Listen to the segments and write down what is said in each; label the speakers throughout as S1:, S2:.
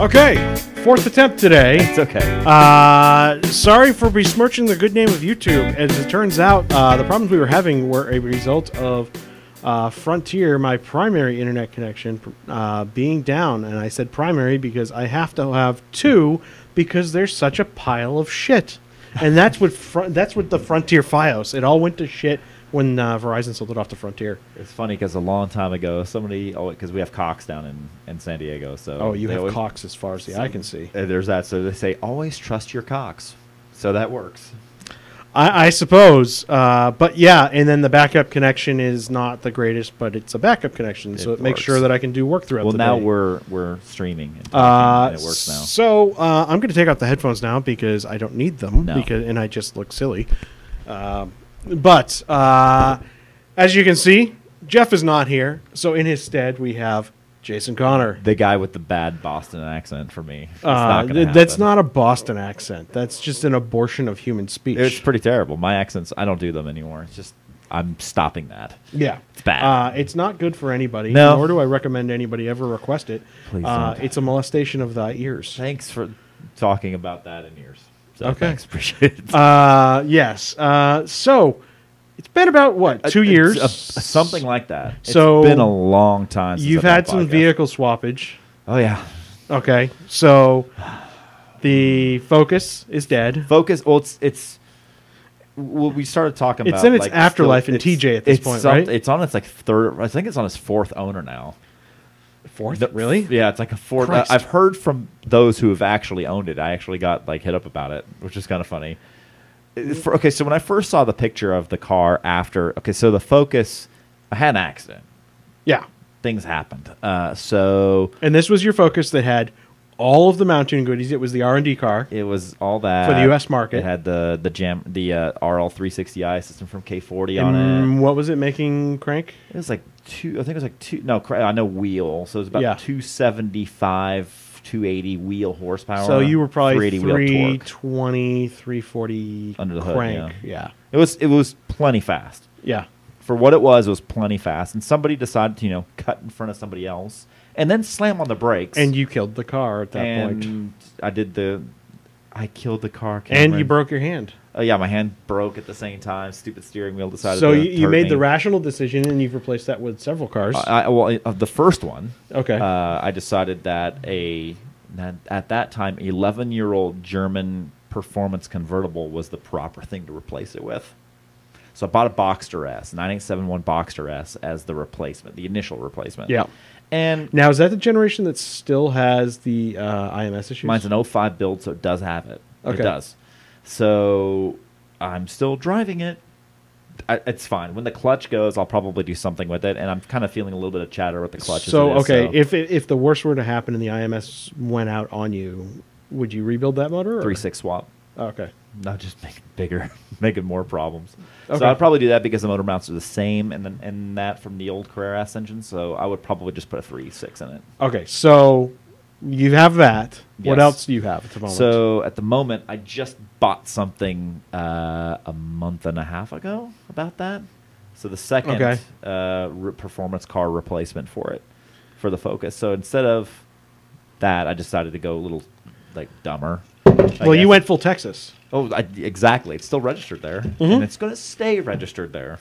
S1: Okay, fourth attempt today.
S2: It's okay.
S1: Uh, sorry for besmirching the good name of YouTube. As it turns out, uh, the problems we were having were a result of uh, Frontier, my primary internet connection, uh, being down. And I said primary because I have to have two because there's such a pile of shit. And that's what fr- that's what the Frontier FiOS. It all went to shit when uh, Verizon sold it off to Frontier.
S2: It's funny because a long time ago, somebody oh, because we have Cox down in, in San Diego, so
S1: Oh, you
S2: they
S1: have
S2: always-
S1: Cox as far as the eye can see.
S2: uh, There's that, so they say always trust your Cox, so that works.
S1: I, I suppose, uh, but yeah, and then the backup connection is not the greatest, but it's a backup connection, so it
S2: It
S1: makes
S2: works.
S1: sure that I can do work throughout
S2: Well,
S1: the
S2: now
S1: day.
S2: we're we're streaming, and,
S1: uh,
S2: talking, and it works now.
S1: So uh, I'm going to take off the headphones now because I don't need them,
S2: No.
S1: because and I just look silly. Um but uh, as you can see, Jeff is not here, so in his stead we have Jason Connor.
S2: The guy with the bad Boston accent for me. It's
S1: Uh,
S2: not gonna
S1: th- that's
S2: happen.
S1: not a Boston accent. That's just an abortion of human speech.
S2: It's pretty terrible. My accents, I don't do them anymore. It's just I'm stopping that.
S1: Yeah,
S2: It's bad.
S1: Uh, it's not good for anybody.
S2: No.
S1: Nor do I recommend anybody ever request it.
S2: Please
S1: uh,
S2: don't.
S1: It's a molestation of thy ears.
S2: Thanks for talking about that in yours. So
S1: Okay.
S2: thanks, appreciate it.
S1: Uh, yes. Uh, so it's been about what two
S2: Uh, It's
S1: years?
S2: a- something like that.
S1: So,
S2: it's been a long time. Since
S1: You've
S2: I've
S1: had some
S2: podcast.
S1: vehicle swappage.
S2: Oh yeah,
S1: Okay, so the Focus is dead.
S2: focus. Well, it's it's. Well, we started talking
S1: It's
S2: about
S1: in its
S2: like,
S1: afterlife
S2: still-
S1: in
S2: it's-
S1: TJ at this
S2: it's
S1: point,
S2: some-
S1: right?
S2: It's on its like third. I think it's on its fourth owner now.
S1: Fourth,
S2: The- Yeah, it's like a fourth. uh,
S1: Christ.
S2: I've heard from those who have actually owned it. I actually got like hit up about it, which is kind of funny.
S1: Mm.
S2: Uh, for- okay, so when I first saw the picture of the car after, okay, so the Focus, I had an accident.
S1: Yeah,
S2: Things happened. Uh, so
S1: and this was your Focus that had all of the mountain goodies. It was the R and D car.
S2: It was all that
S1: For the US market.
S2: It had the the jam the uh, RL 360i system from K40 on it.
S1: And what was it making crank?
S2: It was like two. I think it was like two. No, cra- I know wheel. So it was about
S1: Yeah.
S2: 275, 280 wheel horsepower.
S1: So you were probably
S2: 380 wheel
S1: 320,
S2: torque.
S1: 340
S2: Under the hood,
S1: crank. yeah.
S2: It was it was plenty fast
S1: Yeah.
S2: for what it was. It was plenty fast, and somebody decided to you know cut in front of somebody else and then slam on the brakes.
S1: And you killed the car at that
S2: and
S1: point.
S2: I did the. I killed the car.
S1: And you
S2: Cameron.
S1: broke your hand.
S2: Oh yeah, my hand broke at the same time. Stupid steering wheel decided.
S1: So
S2: to
S1: you, you
S2: hurt
S1: made
S2: me.
S1: the rational decision and you've replaced that with several cars.
S2: I, I- well, of the first one,
S1: okay.
S2: uh, I decided that a that at that time eleven year old German performance convertible was the proper thing to replace it with. So I bought a Boxster S, nine eight seven one Boxster S, as the replacement, the initial replacement.
S1: Yeah.
S2: and
S1: now, is that the generation that still has the uh, IMS issues?
S2: Mine's an 05 build, so it does have it.
S1: Okay.
S2: It does. So I'm still driving it. I, it's fine. When the clutch goes, I'll probably do something with it, and I'm kind of feeling a little bit of chatter with the clutch. as
S1: So,
S2: it is,
S1: okay,
S2: so
S1: if it, if the worst were to happen and the IMS went out on you, would you rebuild that motor? Or?
S2: three six swap,
S1: Okay.
S2: not just make it bigger, making more problems.
S1: Okay.
S2: So I'd probably do that because the motor mounts are the same, and then and that from the old Carrera S engine. So I would probably just put a three six in it.
S1: Okay, so you have that. What
S2: Yes.
S1: else do you have at the moment?
S2: So at the moment, I just bought something uh, a month and a half ago about that. So the second
S1: Okay.
S2: uh, re- performance car replacement for it, for the Focus. So instead of that, I decided to go a little like dumber. I
S1: well,
S2: guess.
S1: you went full Texas.
S2: Oh, I, exactly. It's still registered there,
S1: Mm-hmm.
S2: and it's going to stay registered there.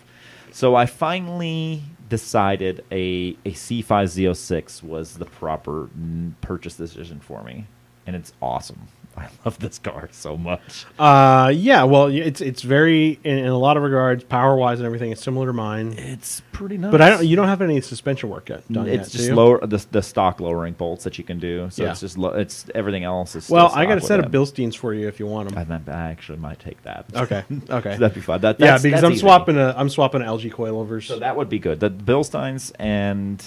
S2: So I finally decided a a C5 Z06 was the proper mm, purchase decision for me, and it's awesome. I love this car so much.
S1: Uh, yeah. Well, y- it's it's very in, in a lot of regards, power wise and everything. It's similar to mine,
S2: It's pretty nice.
S1: but I don't. You don't have any suspension work yet. Done
S2: Mm, it's
S1: yet, do
S2: just
S1: you?
S2: lower the, the stock lowering bolts that you can do. So
S1: Yeah.
S2: it's just lo- it's everything else is. still
S1: Well, I
S2: stock
S1: got a
S2: with
S1: set
S2: it.
S1: of Bilsteins for you if you want
S2: I,
S1: them.
S2: might- I actually might take that.
S1: Okay. Okay.
S2: that'd be fun. That,
S1: yeah,
S2: that's-
S1: because
S2: that's
S1: I'm
S2: easy.
S1: swapping a I'm swapping LG coilovers.
S2: So that would be good. The Bilsteins and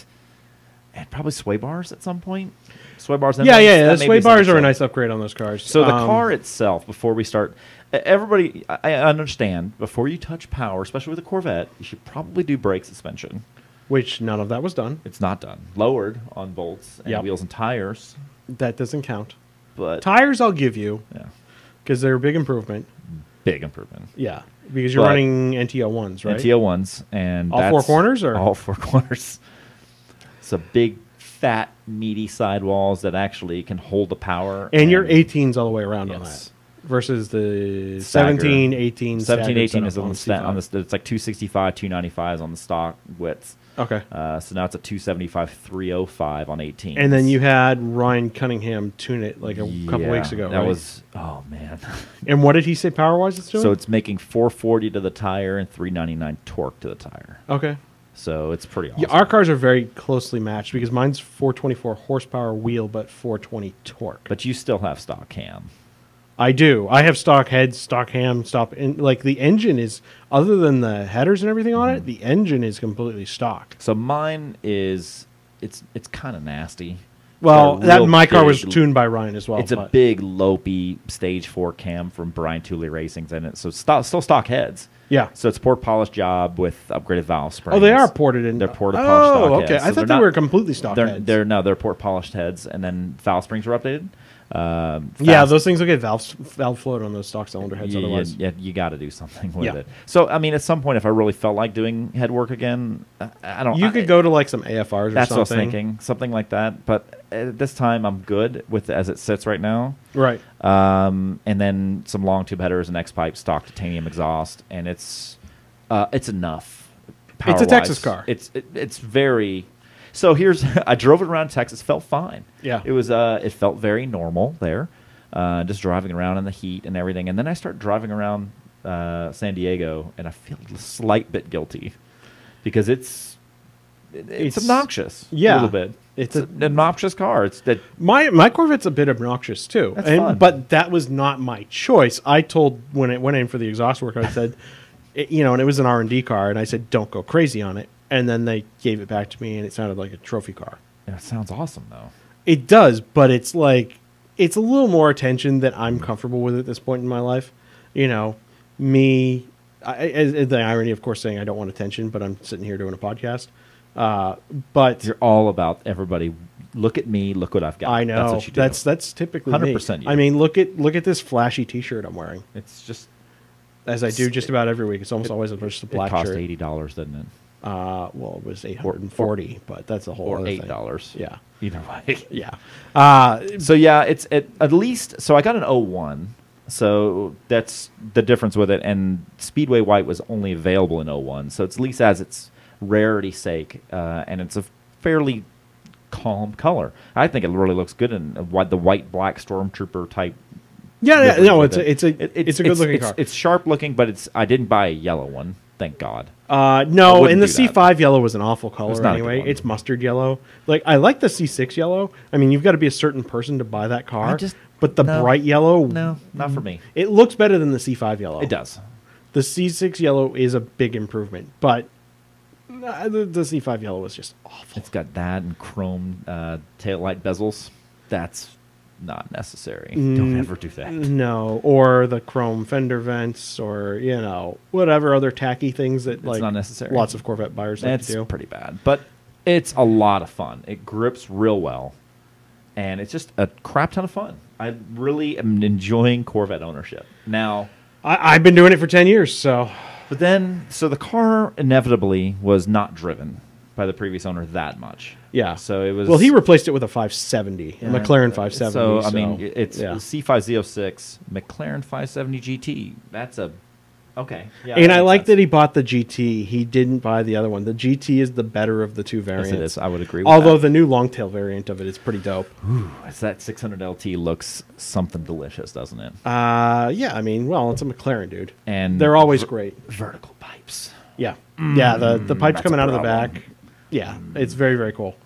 S2: and probably sway bars at some point. Sway bars. and
S1: yeah,
S2: lights,
S1: yeah, yeah.
S2: that
S1: The
S2: may
S1: sway
S2: be something
S1: bars are a
S2: silly.
S1: nice upgrade on those cars.
S2: So the
S1: Um,
S2: car itself, before we start, e- everybody, I I understand. Before you touch power, especially with a Corvette, you should probably do brake suspension.
S1: which none of that was done,
S2: It's not done. Lowered on bolts and
S1: Yep.
S2: wheels and tires,
S1: that doesn't count.
S2: but
S1: Tires, I'll give you
S2: yeah,
S1: because they're a big improvement.
S2: big improvement.
S1: Yeah, because you're
S2: But-
S1: running NTO ones, right?
S2: NTO ones and
S1: All four
S2: that's-
S1: corners, or-
S2: all four corners. It's a big fat, meaty sidewalls that actually can hold the power.
S1: And your 18s all the way around on that
S2: Yes.
S1: versus the
S2: Stagger.
S1: 17, 18,
S2: 17,
S1: staggered
S2: 18
S1: setup
S2: is on the, sta- on the st- it's like 265, 295 is on the stock width.
S1: Okay.
S2: Uh, so now it's a 275, 305 on 18.
S1: And then you had Ryan Cunningham tune it like a couple weeks ago.
S2: That
S1: right?
S2: was, oh man.
S1: And what did he say power wise it's doing?
S2: so it's making 440 to the tire and 399 torque to the tire.
S1: okay.
S2: So it's pretty awesome.
S1: Yeah, our cars are very closely matched because mine's 424 horsepower wheel, but 420 torque.
S2: but you still have stock cam.
S1: I do. I have stock head, stock ham, stock. And like the engine is, other than the headers and everything
S2: Mm-hmm.
S1: on it, the engine is completely stock.
S2: So mine is it's it's kind of nasty.
S1: Well,
S2: It's a
S1: that
S2: real
S1: my car was
S2: big-
S1: tuned by Ryan as well.
S2: It's a
S1: but-
S2: big lopey stage four cam from Brian Tooley Racing's in it. So stock, still stock heads.
S1: Yeah.
S2: So it's port polished job with upgraded valve springs.
S1: Oh, they are ported in.
S2: They're port
S1: Oh,
S2: polished stock
S1: okay.
S2: heads.
S1: I
S2: So
S1: thought
S2: they're
S1: they were
S2: not-
S1: completely stock
S2: They're,
S1: heads.
S2: they're no, they're port polished heads, and then valve springs are updated. Um,
S1: yeah,
S2: fast-
S1: those things will get valve valve float on those stock cylinder heads.
S2: you,
S1: Otherwise,
S2: You, you got to do something with
S1: Yeah.
S2: it. So, I mean, at some point, if I really felt like doing head work again, I, I don't.
S1: you
S2: I-
S1: could go to like some AFRs. or
S2: That's
S1: something.
S2: what I was thinking, something like that. But at this time, I'm good with as it sits right now.
S1: Right.
S2: Um, and then some long tube headers and X pipe stock titanium exhaust, and it's uh, it's enough. Power
S1: It's a Texas car.
S2: It's it, it's very. So here's I drove it around Texas, felt fine.
S1: Yeah.
S2: it was uh, it felt very normal there, uh, just driving around in the heat and everything. And then I start driving around uh, San Diego, and I feel a slight bit guilty because it's it-
S1: It's-
S2: it's, obnoxious.
S1: yeah.
S2: a little bit.
S1: It's
S2: It's,
S1: a-
S2: an obnoxious car. It's that
S1: My my Corvette's a bit obnoxious too,
S2: That's
S1: and,
S2: fun.
S1: but that was not my choice. I told when it went in for the exhaust work, I said, it, you know, and it was an R and D car, and I said, don't go crazy on it. And then they gave it back to me, and it sounded like a trophy car.
S2: it sounds awesome though.
S1: It does, but it's like it's a little more attention that I'm comfortable with at this point in my life. You know, me. I, I, I- the irony, of course, saying I don't want attention, but I'm sitting here doing a podcast. Uh, but
S2: You're all about everybody. Look at me. Look what I've got.
S1: I know
S2: That's what you do.
S1: that's, that's typically 100%.
S2: 100%
S1: Me.
S2: you.
S1: I mean, look at look at this flashy T-shirt I'm wearing,
S2: it's just
S1: as I do just about every week. It's almost
S2: it-
S1: always just a
S2: it
S1: black
S2: cost
S1: shirt.
S2: eighty dollars, didn't it?
S1: Uh, well, it was eight hundred and forty, but that's a whole
S2: Or
S1: other
S2: eight
S1: thing.
S2: dollars.
S1: Yeah,
S2: Either way.
S1: yeah. Uh,
S2: so yeah, it's at, at least. So I got an 01. So that's the difference with it. And Speedway White was only available in 01. So it's at least as its rarity sake, uh, and it's a fairly calm color. I think it really looks good in a whi- the white black stormtrooper type.
S1: yeah, yeah.
S2: difference
S1: No,
S2: with
S1: it's a,
S2: it.
S1: it's a
S2: It-
S1: it's a good looking
S2: it's-
S1: car.
S2: It's sharp looking, but it's I didn't buy a yellow one. Thank God.
S1: Uh,
S2: I
S1: no,
S2: wouldn't
S1: and the
S2: do that.
S1: C5 yellow was an awful color
S2: It's not a good
S1: anyway.
S2: one.
S1: It's mustard yellow. Like I like the C6 yellow. I mean, you've got to be a certain person to buy that car.
S2: I just-
S1: but the
S2: no.
S1: bright yellow,
S2: No, not
S1: Mm-hmm.
S2: for me.
S1: it looks better than the C5 yellow.
S2: It does.
S1: The C6 yellow is a big improvement, but uh, the, the C5 yellow was just awful.
S2: It's got that and chrome uh, taillight bezels. That's not necessary. Don't
S1: Mm-hmm.
S2: ever do that.
S1: No, or the chrome fender vents, or you know whatever other tacky things that like
S2: not necessary.
S1: lots of Corvette buyers like
S2: That's
S1: to do.
S2: pretty bad, but it's a lot of fun. It grips real well, and it's just a crap ton of fun. I really am enjoying Corvette ownership now.
S1: I, I've been doing it for ten years, so
S2: But then, so the car inevitably was not driven by the previous owner that much.
S1: Yeah.
S2: So it was.
S1: Well, he replaced it with a 570, a
S2: Yeah.
S1: McLaren 570.
S2: So, I mean,
S1: so,
S2: it's
S1: yeah.
S2: C506, McLaren 570 GT. That's a okay. Yeah,
S1: and I
S2: makes
S1: like
S2: sense.
S1: that he bought the GT. He didn't buy the other one. The GT is the better of the two
S2: Yes,
S1: variants.
S2: it is. I would agree. With
S1: Although
S2: that.
S1: the new longtail variant of it is pretty dope.
S2: It's that 600 LT looks something delicious, doesn't it?
S1: Uh, yeah, I mean, well, it's a McLaren, dude.
S2: And
S1: They're always
S2: ver-
S1: great.
S2: Vertical pipes.
S1: Yeah, yeah. The the pipes
S2: that's
S1: coming
S2: a
S1: out of the
S2: problem.
S1: back. Yeah, it's very very cool.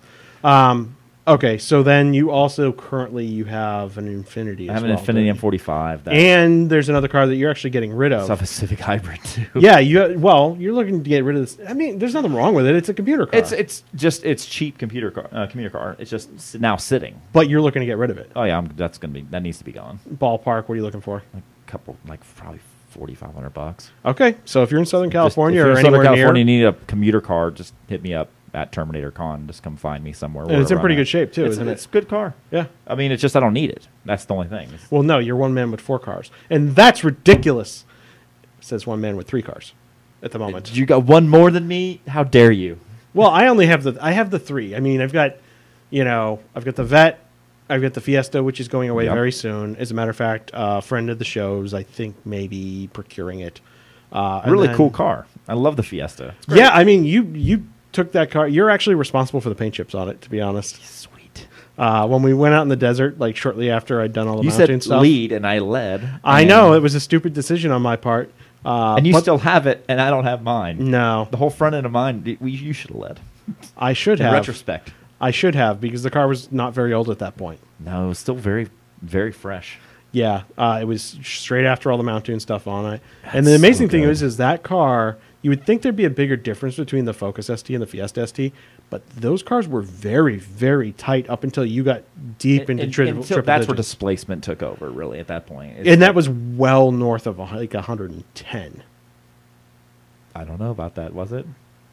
S1: Um, okay, so then you also currently you have an Infinity.
S2: I
S1: as
S2: have an
S1: well,
S2: Infinity
S1: don't you?
S2: M45. That
S1: And there's another car that you're actually getting rid of.
S2: I have a Civic Hybrid too.
S1: yeah, you well, you're looking to get rid of this. I mean, there's nothing wrong with it. It's a computer car.
S2: It's it's just it's cheap computer car uh, commuter car. It's just s- now sitting.
S1: but you're looking to get rid of it.
S2: Oh yeah, I'm, that's gonna be that needs to be gone.
S1: Ballpark, what are you looking for?
S2: A couple like probably forty five hundred bucks.
S1: Okay, so if you're in Southern
S2: Just- if
S1: California
S2: you're
S1: or
S2: in Southern
S1: anywhere
S2: California,
S1: near,
S2: you need a commuter car. Just hit me up at Terminator Con. Just come find me somewhere.
S1: And it's in
S2: wherever
S1: pretty
S2: I'm
S1: good
S2: at.
S1: shape, too,
S2: It's-
S1: isn't it?
S2: It's a good car.
S1: yeah.
S2: I mean, it's just I don't need it. That's the only thing. It's-
S1: Well, no, you're one man with four cars, and that's ridiculous. Says one man with three cars at the moment.
S2: you got one more than me. How dare you?
S1: well, I only have the I have the three. I mean, I've got you know, I've got the vet, I've got the Fiesta, which is going away
S2: Yep.
S1: very soon. As a matter of fact, a friend of the show's, I think, maybe procuring it. Uh, and
S2: Really
S1: then-
S2: cool car. I love the Fiesta.
S1: Yeah, I mean, you you took that car. You're actually responsible for the paint chips on it, to be honest.
S2: Sweet.
S1: Uh, when we went out in the desert, like shortly after I'd done all the
S2: You
S1: mountain
S2: said
S1: stuff,
S2: lead, and I led.
S1: I
S2: and-
S1: know it was a stupid decision on my part. Uh,
S2: And you
S1: but- Mm.
S2: still have it, and I don't have mine.
S1: no,
S2: The whole front end of mine, y- we, you should have led.
S1: I should
S2: In
S1: have.
S2: retrospect,
S1: I should have because the car was not very old at that point.
S2: no, it's still very, very fresh.
S1: Yeah, uh, it was straight after all the Mount Dune stuff on it. and the
S2: That's so
S1: amazing thing
S2: good.
S1: is, is that car. You would think there'd be a bigger difference between the Focus ST and the Fiesta ST, but those cars were very, very tight up until you got deep into
S2: And-
S1: tri-
S2: and so
S1: triple
S2: that's where
S1: digits.
S2: displacement took over, really, at that point. It's-
S1: and that was well north of like 110.
S2: I don't know about that, was it?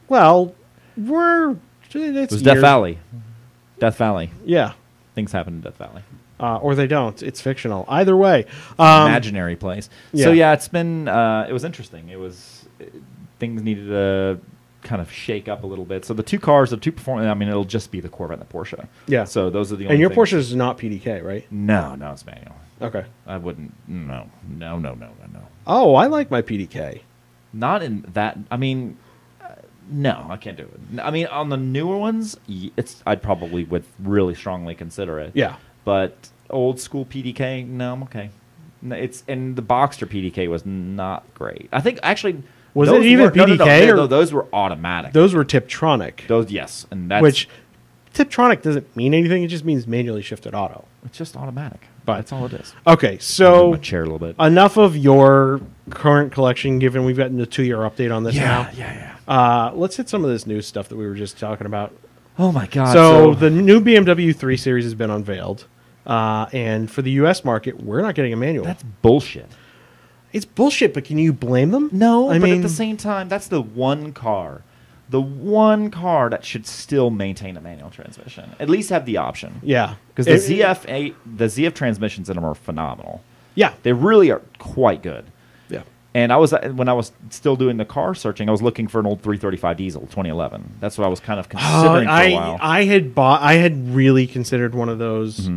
S1: Well, we're it's
S2: It was Death
S1: years-
S2: Valley. Death Valley.
S1: Yeah,
S2: Things happen in Death Valley.
S1: uh, or they don't. It's fictional. Either way, um,
S2: Imaginary place.
S1: yeah.
S2: So yeah, it's been. Uh, it was interesting. It was uh, things needed to kind of shake up a little bit. So the two cars, the two performing. I mean, it'll just be the Corvette and the Porsche.
S1: Yeah.
S2: So those are the only.
S1: and your
S2: things-
S1: Porsche is not PDK, right?
S2: No, no, it's manual.
S1: Okay.
S2: I wouldn't. No, no, no, no, no, no.
S1: Oh, I like my PDK.
S2: Not in that. I mean, uh, no, I can't do it. N- I mean, on the newer ones, y- it's. I'd probably would really strongly consider it.
S1: Yeah.
S2: But old school PDK, no, I'm okay. N- It's and the Boxster PDK was not great. I think actually
S1: Was
S2: those
S1: it even
S2: were- no, no, no,
S1: PDK
S2: no,
S1: or-
S2: no, those were automatic.
S1: Those were Tiptronic,
S2: Those- yes, and that's
S1: which Tiptronic doesn't mean anything. It just means manually shifted auto.
S2: it's just automatic.
S1: But-
S2: that's all it is.
S1: Okay,
S2: Move
S1: so
S2: my chair a little bit.
S1: enough of your current collection. Given we've gotten a two-year update on this
S2: yeah,
S1: now,
S2: yeah, yeah.
S1: Uh, let's hit some of this new stuff that we were just talking about.
S2: Oh my god.
S1: so,
S2: So,
S1: the new BMW 3 Series has been unveiled, uh, and for the U.S. market, we're not getting a manual.
S2: that's bullshit.
S1: it's bullshit, but can you blame them?
S2: No,
S1: I
S2: but
S1: mean
S2: at the same time, that's the one car, the one car that should still maintain a manual transmission. At least have the option.
S1: yeah,
S2: Because the
S1: It-
S2: ZF eight, the ZF transmissions in them are phenomenal.
S1: yeah, Uh,
S2: They really are quite good.
S1: yeah,
S2: And I was uh, when I was still doing the car searching, I was looking for an old 335 diesel, 2011. That's what I was kind of considering for a
S1: Oh, I
S2: while.
S1: I had bought, I had really considered one of those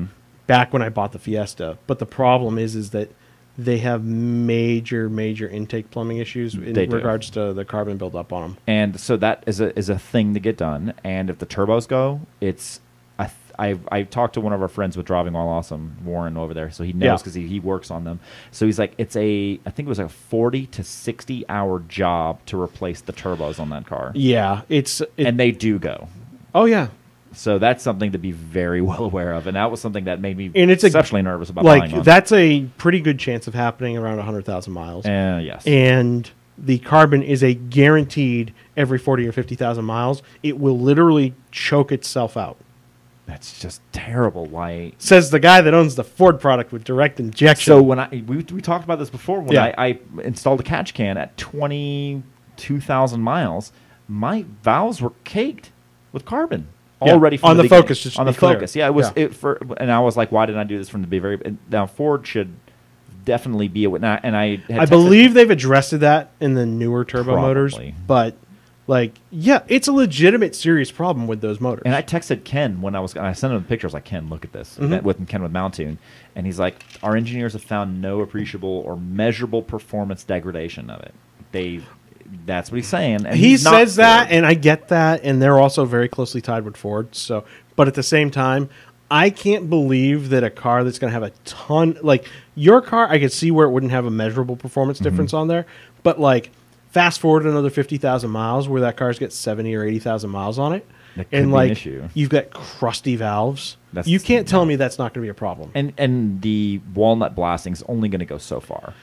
S1: back when I bought the Fiesta, but the problem is, is that they have major, major intake plumbing issues in
S2: They do.
S1: regards to the carbon buildup on them.
S2: and so that is a is a thing to get done. And if the turbos go, it's I th- I I talked to one of our friends with Driving While Awesome, Warren over there, so he knows
S1: Yeah.
S2: because he, he works on them. So he's like, it's a I think it was like a forty to sixty hour job to replace the turbos on that car,
S1: Yeah, it's it,
S2: and they do go.
S1: oh yeah,
S2: So that's something to be very well aware of, and that was something that made me
S1: And it's a-
S2: exceptionally nervous about buying
S1: like
S2: one.
S1: that's a pretty good chance of happening around 100,000 miles.
S2: Uh, yes,
S1: and the carbon is a guaranteed every 40 or 50,000 miles, it will literally choke itself out.
S2: that's just terrible. Why
S1: Says the guy that owns the Ford product with direct injection.
S2: So when I we, we talked about this before, when
S1: Yeah.
S2: I, I installed a catch can at twenty two thousand miles, my valves were caked with carbon
S1: Yeah,
S2: already from
S1: on the
S2: beginning.
S1: Focus, just to
S2: on
S1: be
S2: the
S1: clear.
S2: focus. Yeah, it was
S1: Yeah.
S2: it for, and I was like, why didn't I do this from the be- very? and Now Ford should definitely be a and I, and I, had
S1: I
S2: texted-
S1: believe they've addressed that in the newer turbo motors,
S2: Probably.
S1: but like, yeah, it's a legitimate serious problem with those motors.
S2: And I texted Ken when I was, and I sent him the picture. I was like, Ken, look at this.
S1: Mhm.
S2: Met With Ken with Mountoon, and he's like, our engineers have found no appreciable or measurable performance degradation of it. They, that's what he's saying. And
S1: he
S2: he's not
S1: says that,
S2: there.
S1: and I get that, and they're also very closely tied with Ford. So, but at the same time, I can't believe that a car that's going to have a ton like your car, I could see where it wouldn't have a measurable performance
S2: Mm-hmm.
S1: difference on there, but like fast forward another fifty thousand miles, where that car's got seventy or eighty thousand miles on it,
S2: That could be
S1: and
S2: an
S1: like
S2: issue.
S1: you've got crusty valves.
S2: That's-
S1: you can't tell me that's not going to be a problem.
S2: and and the walnut blasting is only going to go so far.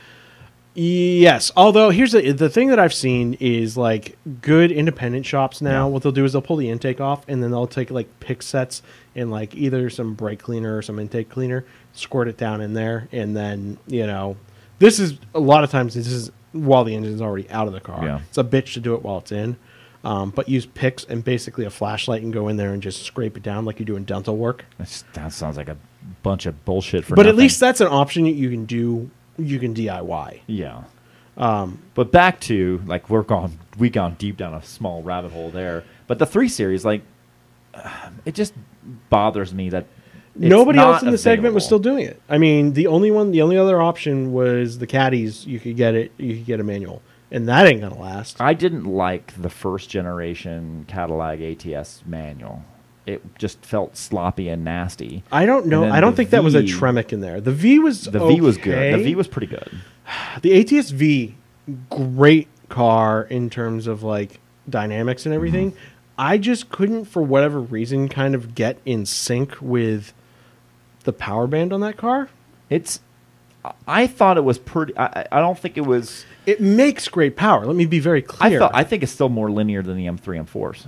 S1: Yes. Although here's the the thing that I've seen is like good independent shops now.
S2: Yeah.
S1: What they'll do is they'll pull the intake off and then they'll take like pick sets and like either some brake cleaner or some intake cleaner, squirt it down in there, and then you know this is a lot of times this is while the engine's already out of the car.
S2: Yeah.
S1: It's a bitch to do it while it's in. Um, but use picks and basically a flashlight and go in there and just scrape it down like you do in dental work
S2: That's, that sounds like a bunch of bullshit. For
S1: but at
S2: nothing.
S1: least that's an option that you can do you can diy
S2: Yeah. Um, but back to like we're gone we gone deep down a small rabbit hole there. But the three series, like it just bothers me that it's
S1: Nobody
S2: not
S1: else in the segment was still
S2: available.
S1: doing it. I mean, the only one, the only other option was the caddies. You could get it. You could get a manual, and that ain't gonna last.
S2: I didn't like the first generation Cadillac ATS manual. It just felt sloppy and nasty.
S1: I don't know.
S2: And then
S1: I don't
S2: the
S1: think that was a
S2: V-
S1: Tremec in there. The V was
S2: The V was good. The
S1: okay.
S2: V was pretty good.
S1: the ATS V, great car in terms of like dynamics and everything.
S2: Mm-hmm.
S1: I just couldn't, for whatever reason, kind of get in sync with the power band on that car.
S2: It's. I- I thought it was pretty. I, I- I don't think it was.
S1: It makes great power. Let me be very clear.
S2: I thought. I think it's still more linear than the M3 M4s.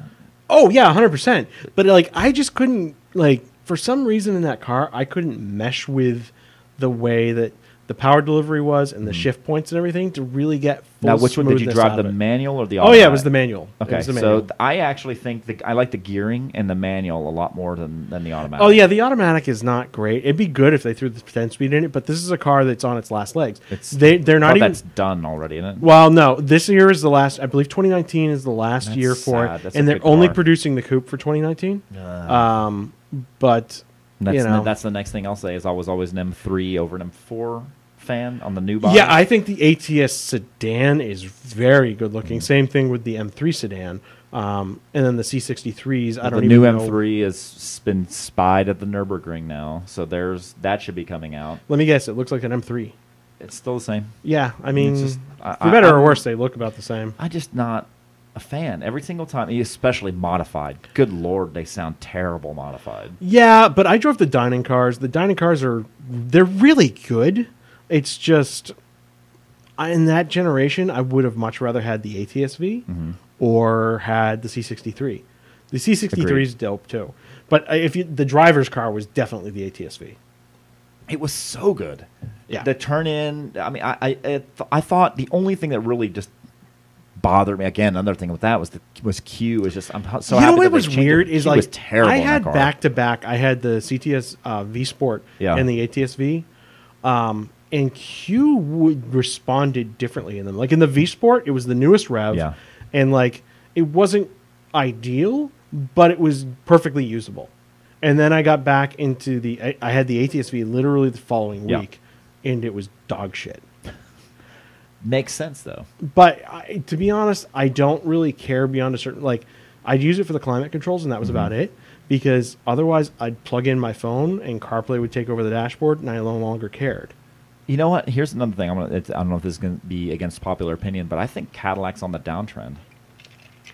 S1: oh yeah, hundred percent. But like, I just couldn't like for some reason in that car, I couldn't mesh with the way that the power delivery was and the shift points and everything to really get. Full
S2: Mm-hmm. Now, which one did you
S1: smoothness
S2: drive?
S1: out of
S2: The
S1: it.
S2: manual or the?
S1: Oh yeah, it
S2: automatic?
S1: was the manual. It
S2: Okay,
S1: was the
S2: so
S1: manual.
S2: th- I actually think the, I like the gearing and the manual a lot more than, than the automatic.
S1: Oh yeah, the automatic is not great. It'd be good if they threw the ten speed in it, but this is a car that's on its last legs.
S2: It's-
S1: they they're
S2: Well,
S1: not even.
S2: that's done already, isn't it?
S1: Well, no, this year is the last. I believe 2019 is the last
S2: That's
S1: year for
S2: sad.
S1: it,
S2: That's a
S1: and they're
S2: good
S1: only
S2: car. Uh.
S1: producing the coupe for 2019. um, but
S2: that's,
S1: you
S2: the-
S1: know,
S2: that's the next thing I'll say is I was always an M3 over an M4 fan on the new body.
S1: yeah, I think the ATS sedan is very good
S2: Mm.
S1: looking. Same thing with the M3 sedan, um, and then the C63s. I
S2: the
S1: don't
S2: new
S1: even know.
S2: M3 has been spied at the Nurburgring now, so there's that should be coming out.
S1: Let me guess. It looks like an M3.
S2: It's still the same.
S1: Yeah, I mean,
S2: just- I-
S1: for
S2: I-
S1: better or
S2: I'm-
S1: worse, they look about the same.
S2: I just not a fan every single time, especially modified. Good lord, they sound terrible modified.
S1: Yeah, but I drove the dining cars. The dining cars are they're really good. It's just I- in that generation, I would have much rather had the ATSV or had the C63. The C63 is dope too, but I- if you, the driver's car was definitely the ATSV.
S2: It was so good.
S1: Yeah.
S2: The turn in. I mean, I I, I, th- I thought the only thing that really just bothered me again. Another thing with that was the was Q is just I'm h- so
S1: you know
S2: happy
S1: what
S2: that they
S1: was
S2: changed it.
S1: weird is
S2: Q
S1: like
S2: was terrible.
S1: I
S2: in that
S1: had
S2: car.
S1: back to back. I had the CTS uh, V Sport
S2: Yeah.
S1: and the ATSV, um, and Q would responded differently in them. Like in the V Sport, it was the newest rev,
S2: Yeah.
S1: and like it wasn't ideal, but it was perfectly usable. And then I got back into the I, I had the ATSV literally the following
S2: Yeah.
S1: week, and it was dog shit
S2: makes sense though.
S1: but I, to be honest, I don't really care beyond a certain like. I'd use it for the climate controls, and that
S2: Mm-hmm.
S1: was about it. Because otherwise, I'd plug in my phone, and CarPlay would take over the dashboard, and I no longer cared.
S2: You know what? Here's another thing. I'm gonna. It's, I don't know if this is gonna be against popular opinion, but I think Cadillac's on the downtrend.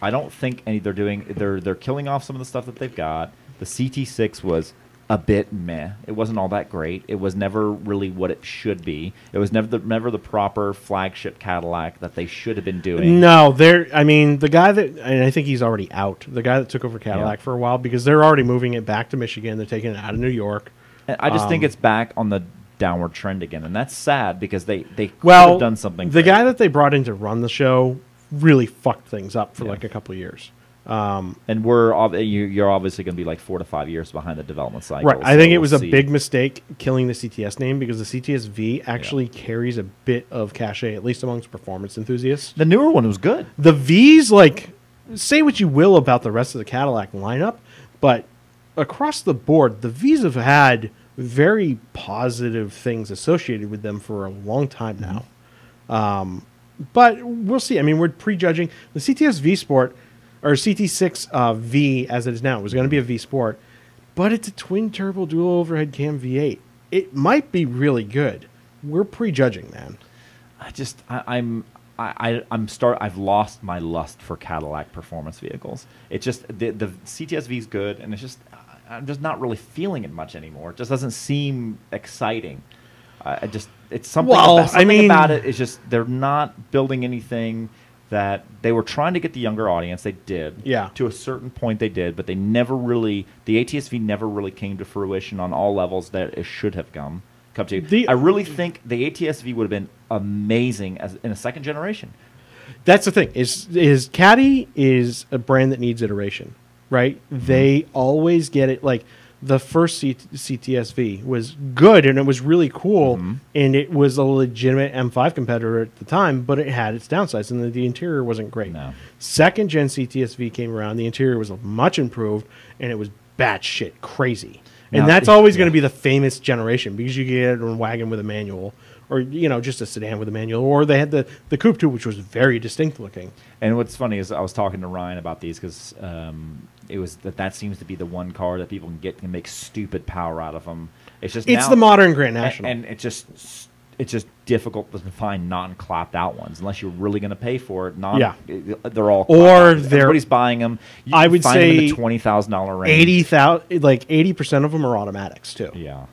S2: I don't think any they're doing. They're they're killing off some of the stuff that they've got. The CT6 was a bit meh. It wasn't all that great. It was never really what it should be. It was never the, never the proper flagship Cadillac that they should have been doing.
S1: No, there. I mean, the guy that, and I think he's already out. The guy that took over Cadillac
S2: Yeah.
S1: for a while, because they're already moving it back to Michigan. They're taking it out of New York.
S2: And I just think
S1: Um,
S2: it's back on the downward trend again, and that's sad because they they could
S1: Well,
S2: have done something.
S1: The
S2: great.
S1: guy that they brought in to run the show really fucked things up for
S2: Yeah.
S1: like a couple of years.
S2: and we're ob- you, you're obviously going to be like four to five years behind the development cycle.
S1: Right. I
S2: so
S1: think it
S2: we'll
S1: was a
S2: see.
S1: big mistake killing the CTS name because the CTSV actually carries a bit of cachet, at least amongst performance enthusiasts.
S2: The newer one was good.
S1: The V's, like, say what you will about the rest of the Cadillac lineup, but across the board, the V's have had very positive things associated with them for a long time now. Um, but we'll see. I mean, we're prejudging the CTS V Sport or CT6 uh, V as it is now was going to be a V Sport, but it's a twin turbo dual overhead cam V8. It might be really good. We're prejudging, man.
S2: I just I, I'm I, I I'm start I've lost my lust for Cadillac performance vehicles. It just the the CTSV is good, and it's just I- I'm just not really feeling it much anymore. It just doesn't seem exciting. I, I just it's something,
S1: Well, I
S2: about, something
S1: mean-
S2: about it is just they're not building anything that they were trying to get the younger audience. They did
S1: Yeah.
S2: to a certain point they did, but they never really the ATSV never really came to fruition on all levels that it should have come come to.
S1: The-
S2: I really think the ATSV would have been amazing as in a second generation.
S1: that's the thing is is caddy is a brand that needs iteration right they always get it like the first C- ctsv was good and it was really cool and it was a legitimate m5 competitor at the time but it had its downsides and the, the interior wasn't great
S2: No.
S1: second gen ctsv came around the interior was much improved and it was batshit crazy. And
S2: Now-
S1: that's always going to be the famous generation because you get a wagon with a manual or, you know, just a sedan with a manual. Or they had the, the coupe too, which was very distinct looking.
S2: And what's funny is I was talking to Ryan about these because um, it was that that seems to be the one car that people can get and make stupid power out of them. It's just
S1: It's
S2: now-
S1: the modern Grand
S2: a-
S1: National.
S2: and, it's just s- it's just difficult to find non-clapped out ones unless you're really going to pay for it. Non, eh,
S1: Yeah.
S2: they're all
S1: Or
S2: clapped out.
S1: they're-
S2: everybody's buying them. You
S1: I
S2: can
S1: would
S2: find them in
S1: say
S2: the twenty thousand dollar range.
S1: 80,000, like 80% of them are automatics too,
S2: Yeah,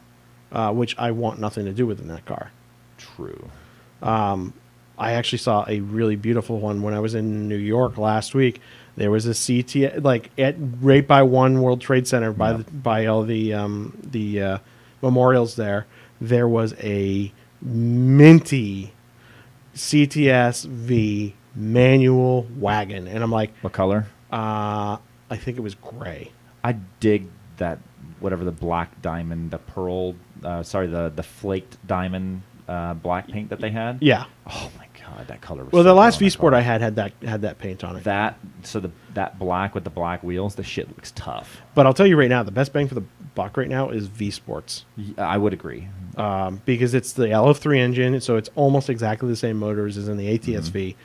S1: uh, which I want nothing to do with in that car.
S2: true.
S1: I actually saw a really beautiful one when I was in New York last week. There was a CT like at right by One World Trade Center by
S2: Yeah.
S1: the, by all the um, the uh, memorials there. There was a minty CTS V manual wagon, and I'm like,
S2: What color?
S1: uh, I think it was gray.
S2: I dig that whatever the black diamond, the pearl, uh, sorry, the the flaked diamond uh, black paint that they had.
S1: Yeah.
S2: Oh my god, that color. Was
S1: Well,
S2: so
S1: the
S2: good
S1: last
S2: on that
S1: V Sport
S2: car.
S1: I had had that had that paint on it.
S2: that so the that black with the black wheels, the shit looks tough.
S1: But I'll tell you right now, the best bang for the buck right now is V Sports.
S2: Y- I would agree.
S1: um, because it's the LF3 engine, so it's almost exactly the same motors as in the ATSV,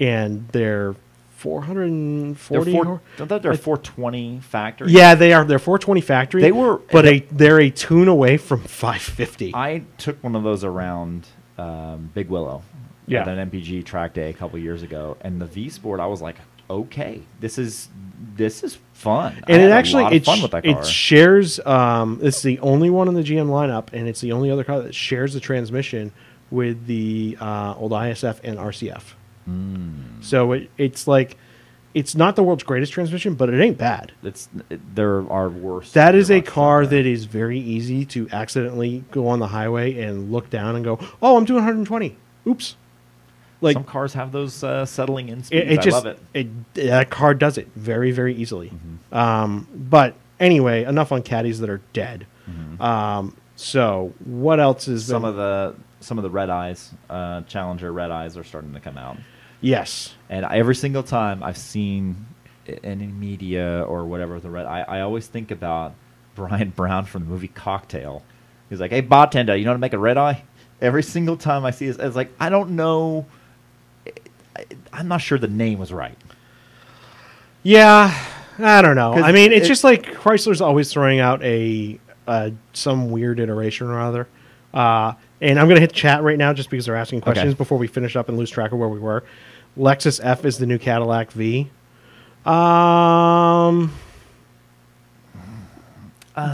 S1: and they're 440.
S2: Mm-hmm. they're
S1: hor-
S2: four, don't they- they're 420 factory.
S1: yeah, they are. They're 420 factory.
S2: They were-
S1: but a they're a tune away from 550.
S2: I took one of those around um, Big Willow
S1: Yeah.
S2: at an MPG track day a couple years ago, and the V Sport. I was like, okay, this is this is fun. I
S1: and
S2: had
S1: it
S2: a
S1: actually
S2: lot of
S1: it,
S2: fun
S1: sh-
S2: with that car.
S1: it shares. Um, it's the only one in the GM lineup, and it's the only other car that shares the transmission with the uh, old ISF and RCF.
S2: Mm.
S1: So it, it's like it's not the world's greatest transmission, but it ain't bad.
S2: it's there are worse.
S1: That is a
S2: gearboxes out
S1: car
S2: there.
S1: that is very easy to accidentally go on the highway and look down and go, "Oh, I'm doing 120. Oops." Like
S2: some cars have those uh, settling in speeds.
S1: it, it
S2: I
S1: just
S2: love it. Mm-hmm.
S1: that car does it very very easily. Um, but anyway, enough on caddies that are dead. Um, so what else is
S2: Mm-hmm. Some
S1: been-
S2: of the some of the red eyes, uh, Challenger red eyes, are starting to come out.
S1: yes
S2: And every single time I've seen i- in media or whatever the red, I, I always think about Brian Brown from the movie Cocktail. He's like, "Hey bartender, you know how to make a red eye?" Every single time I see this, it's like I don't know. I, I'm not sure the name was right.
S1: Yeah, I don't know.
S2: 'Cause
S1: I mean, it's
S2: it-
S1: just like Chrysler's always throwing out a uh, some weird iteration or other. Uh, and I'm gonna hit chat right now just because they're asking questions before we finish up and lose track of where we were. Lexus F is the new Cadillac V. Um,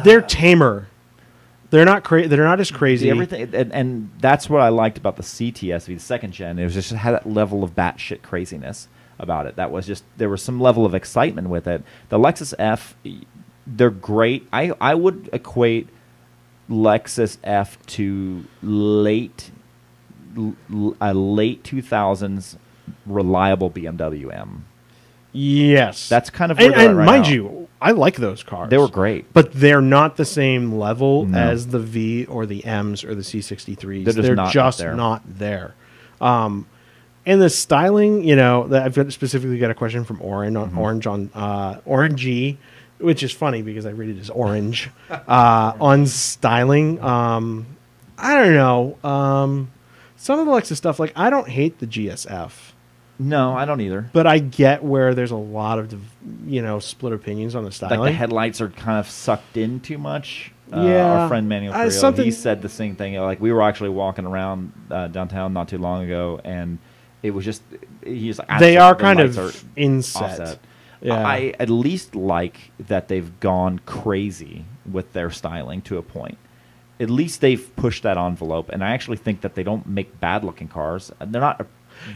S1: they're tamer. They're not crazy. They're not as crazy.
S2: Everything, and, and that's what I liked about the CTSV, the second gen. It was just it had that level of batshit craziness about it. That was just there was some level of excitement with it. The Lexus F, they're great. I I would equate Lexus F to late l- l- a late two thousands reliable BMW M.
S1: Yes,
S2: That's kind of where
S1: and,
S2: they're at
S1: and
S2: right
S1: mind
S2: now.
S1: you, I like those cars.
S2: They were great.
S1: but they're not the same level
S2: No.
S1: as the V or the M's or the C63s.
S2: They're just not up there.
S1: not there. Um, and the styling, you know, that I've got specifically got a question from Orange
S2: Mm-hmm.
S1: on Orange on uh, Orangey, which is funny because I read it as orange uh, on styling. Um, I don't know. Um, some of the Lexus stuff, like I don't hate the GSF
S2: No, I don't either.
S1: but I get where there's a lot of div- you know split opinions on the styling.
S2: like the headlights are kind of sucked in too much. Uh,
S1: Yeah.
S2: our friend Manuel
S1: Uh,
S2: Carrillo,
S1: something-
S2: he said the same thing. Like we were actually walking around uh, downtown not too long ago, and it was just he's like
S1: they
S2: "Actually,
S1: are
S2: the
S1: kind
S2: lights
S1: of
S2: are
S1: inset.
S2: offset."
S1: Yeah.
S2: I at least like that they've gone crazy with their styling to a point. At least they've pushed that envelope, and I actually think that they don't make bad looking cars. They're not. uh,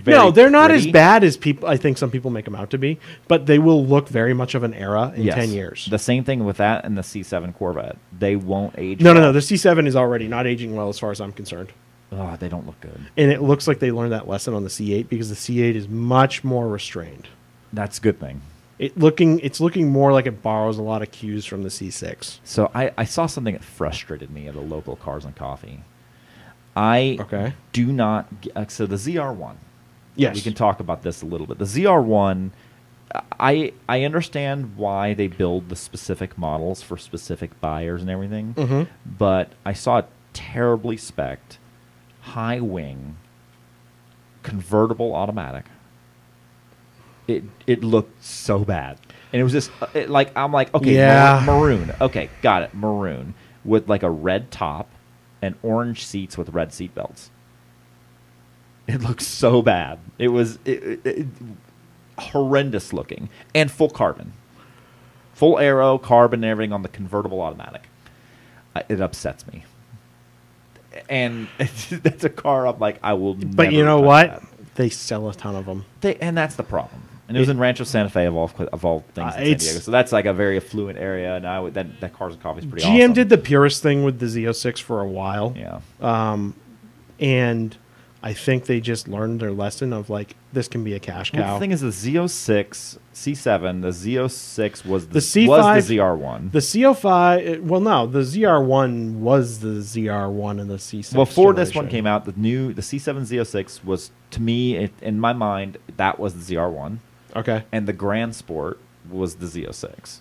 S2: Very
S1: no, they're not as
S2: pretty.
S1: bad as people. I think some people make them out to be, but they will look very much of an era in
S2: Yes.
S1: ten years.
S2: The same thing with that and the C7 Corvette. They won't age.
S1: no, no, no.
S2: well.
S1: The C7 is already not aging well, as far as I'm concerned,
S2: Oh, they don't look good.
S1: and it looks like they learned that lesson on the C8 because the C8 is much more restrained.
S2: That's a good thing.
S1: It looking, it's looking more like it borrows a lot of cues from the C6.
S2: So I, I saw something that frustrated me at a local Cars and Coffee. I
S1: Okay.
S2: do not. g- Uh, so the ZR1.
S1: Yes.
S2: We can talk about this a little bit. The ZR1, I- I I understand why they build the specific models for specific buyers and everything,
S1: Mhm.
S2: Mm-hmm. but I saw a terribly specced high wing convertible automatic. It it looked so bad, and it was just uh, it, like I'm like okay
S1: Yeah.
S2: mar- maroon okay got it maroon with like a red top and orange seats with red seat belts. It looked so bad. It was it, it, it, horrendous looking and full carbon, full aero, carbon, and everything on the convertible automatic. I- It upsets me, and that's a car I'm like I will.
S1: But you
S2: never
S1: know
S2: touch
S1: what?
S2: that.
S1: They sell a ton of them.
S2: They, and that's the problem. And it was in Rancho Santa Fe of all of all
S1: Uh,
S2: things in San
S1: it's-
S2: Diego, so that's like a very affluent area. And I would, that that cars and coffee's pretty.
S1: GM
S2: awesome.
S1: did the purest thing with the Z06 for a while.
S2: yeah.
S1: And I think they just learned their lesson of like, this can be a cash
S2: Well,
S1: cow.
S2: the thing is, the Z06, C7, the Z06 was the,
S1: The C5
S2: was the ZR1.
S1: The CO5, uh, well, no, the ZR1 was the ZR1 and the C6.
S2: well, before this one
S1: generation.
S2: came out, the new the C7 Z06 was to me it, in my mind that was the ZR1,
S1: Okay.
S2: and the Grand Sport was the Z06.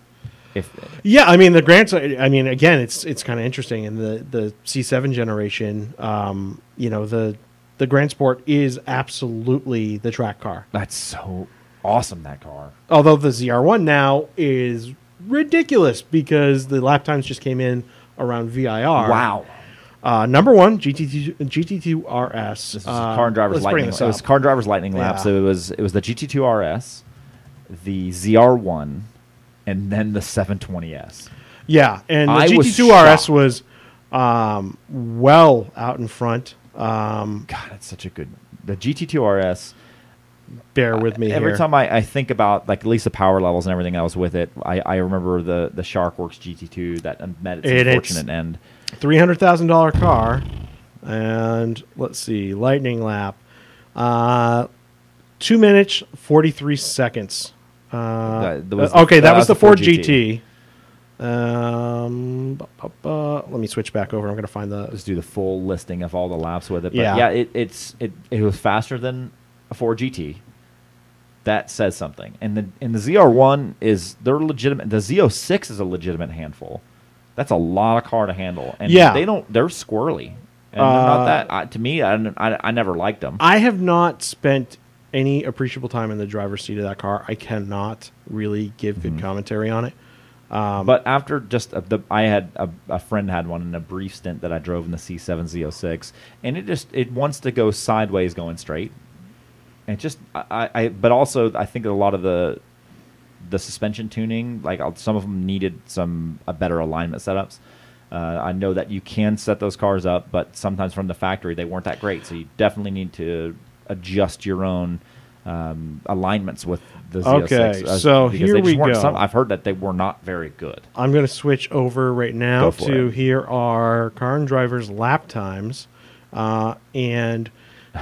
S2: If
S1: Yeah, I mean the grants. I mean, again, it's it's kind of interesting. In the the C seven generation, um, you know the the Grand Sport is absolutely the track car.
S2: that's so awesome, that car.
S1: Although the ZR one now is ridiculous because the lap times just came in around VIR.
S2: Wow,
S1: Uh, number one GT GT2 RS.
S2: This is car and driver's lightning. It was car and driver's lightning lap.
S1: Yeah.
S2: So it was it was the GT2 RS, the ZR1, and then the 720S.
S1: Yeah, and the
S2: I was
S1: GT2 RS
S2: shocked.
S1: was um, well out in front. Um,
S2: God, that's such a good. The GT2 RS.
S1: bear with me
S2: Every
S1: here.
S2: time I, I think about like at least the power levels and everything that was with it, I, I remember the the Sharkworks GT2 that met its
S1: It- it's-
S2: unfortunate end.
S1: three hundred thousand dollar car, and let's see, lightning lap, uh, two minutes forty three seconds. Uh,
S2: That- that was
S1: uh, okay,
S2: the-
S1: that, was the Ford GT. Um, bu- bu- bu- let me switch back over. I'm gonna find the.
S2: Let's do the full listing of all the laps with it. But
S1: Yeah.
S2: yeah, it, it's it, it was faster than a 4GT. That says something. And the and the ZR1 is they're legitimate. The Z06 is a legitimate handful. That's a lot of car to handle. And
S1: Yeah.
S2: they don't. They're squirrely. And they're
S1: Uh,
S2: not that. I, to me, I, don't- I I never liked them.
S1: I have not spent any appreciable time in the driver's seat of that car. I cannot really give
S2: Mm-hmm.
S1: good commentary on it. um,
S2: but after just a, the, I had a, a friend had one in a brief stint that I drove in the C7 Z06, and it just it wants to go sideways going straight, and just I, I- I but also I think a lot of the the suspension tuning like uh, some of them needed some a better alignment setups. Uh, I know that you can set those cars up, but sometimes from the factory they weren't that great, so you definitely need to adjust your own. Um, alignments with the Z06.
S1: Okay,
S2: uh,
S1: so
S2: because they
S1: here
S2: just
S1: we
S2: weren't
S1: go.
S2: I've heard that they were not very good.
S1: I'm going to switch over right now
S2: Go for
S1: to
S2: it.
S1: here are car and drivers lap times. Uh, and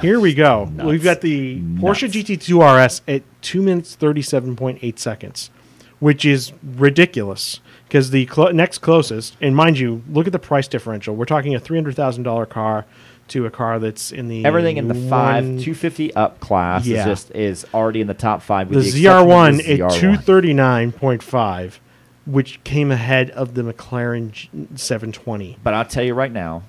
S1: here we go.
S2: Nuts.
S1: We've got the Porsche
S2: Nuts.
S1: GT2 RS at 2 minutes 37.8 seconds, which is ridiculous because the clo- next closest, and mind you, look at the price differential. We're talking a $300,000 car to a car that's in the
S2: Everything in the five
S1: one-
S2: two fifty up class
S1: Yeah.
S2: is just is already in the top five.
S1: the
S2: With the,
S1: ZR1
S2: exception
S1: at
S2: of the ZR1.
S1: 239.5, which came ahead of the McLaren G- 720.
S2: But I'll tell you right now,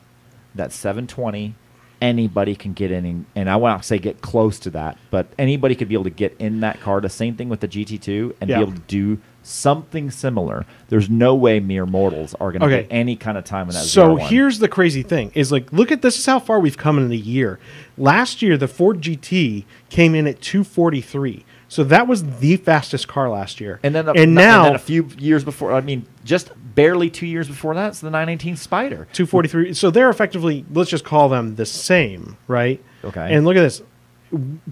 S2: that seven twenty, anybody can get in, and, and I won't say get close to that, but anybody could be able to get in that car. The same thing with the GT two, and
S1: Yeah.
S2: be able to do something similar. There's no way mere mortals are going to
S1: Okay.
S2: get any kind of time in that.
S1: So
S2: ZR1.
S1: here's the crazy thing is like look at this is how far we've come in a year. Last year the Ford GT came in at 243. So that was the fastest car last year.
S2: And then, a,
S1: and
S2: now,
S1: now
S2: a few years before, I mean, just barely two years before that, it's the 918 Spider.
S1: 243. So they're effectively let's just call them the same, right?
S2: Okay.
S1: And look at this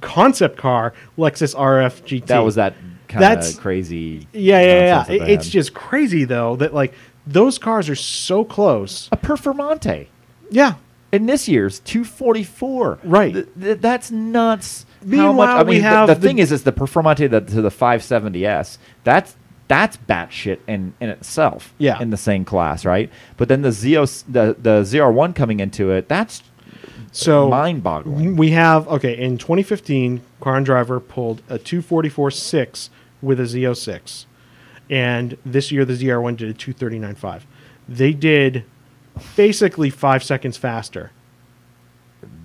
S1: concept car Lexus RF GT.
S2: That was that kind
S1: That's-
S2: of crazy.
S1: Yeah, yeah,
S2: nonsense
S1: yeah.
S2: that
S1: It-
S2: they
S1: It's
S2: had.
S1: just crazy though that like those cars are so close.
S2: a Performante
S1: Yeah.
S2: in this year's 244.
S1: Right.
S2: Th- th- that's nuts.
S1: Meanwhile,
S2: how much, I mean,
S1: we
S2: the-
S1: have
S2: the,
S1: the-
S2: thing is, is the Performante that to the 570s. That's that's batshit in in itself.
S1: Yeah.
S2: in the same class, right? But then the Z the the ZR1 coming into it, that's
S1: So
S2: mind-boggling.
S1: We have okay in 2015, Car and Driver pulled a 244.6 with a Z06, and this year the ZR1 did a 239.5. They did basically five seconds faster.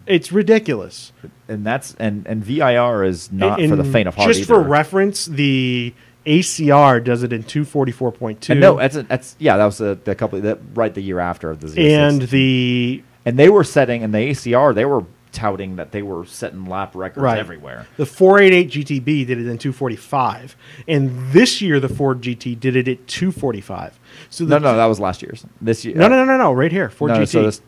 S1: It's ridiculous.
S2: and that's and and VIR is not
S1: And-
S2: for the
S1: and
S2: faint of heart.
S1: Just
S2: either.
S1: for reference, the ACR does it in 244.2.
S2: And no, that's a, that's yeah, that was a, the couple that right the year after of the Z06.
S1: and the
S2: and they were setting and the ACR they were touting that they were setting lap records
S1: Right.
S2: everywhere.
S1: The 488 GTB did it in 245, and this year the Ford GT did it at 245. So
S2: No,
S1: the,
S2: no, that was last year's. This year,
S1: no, no, no, no, no, right here, Ford
S2: no,
S1: GT,
S2: So this,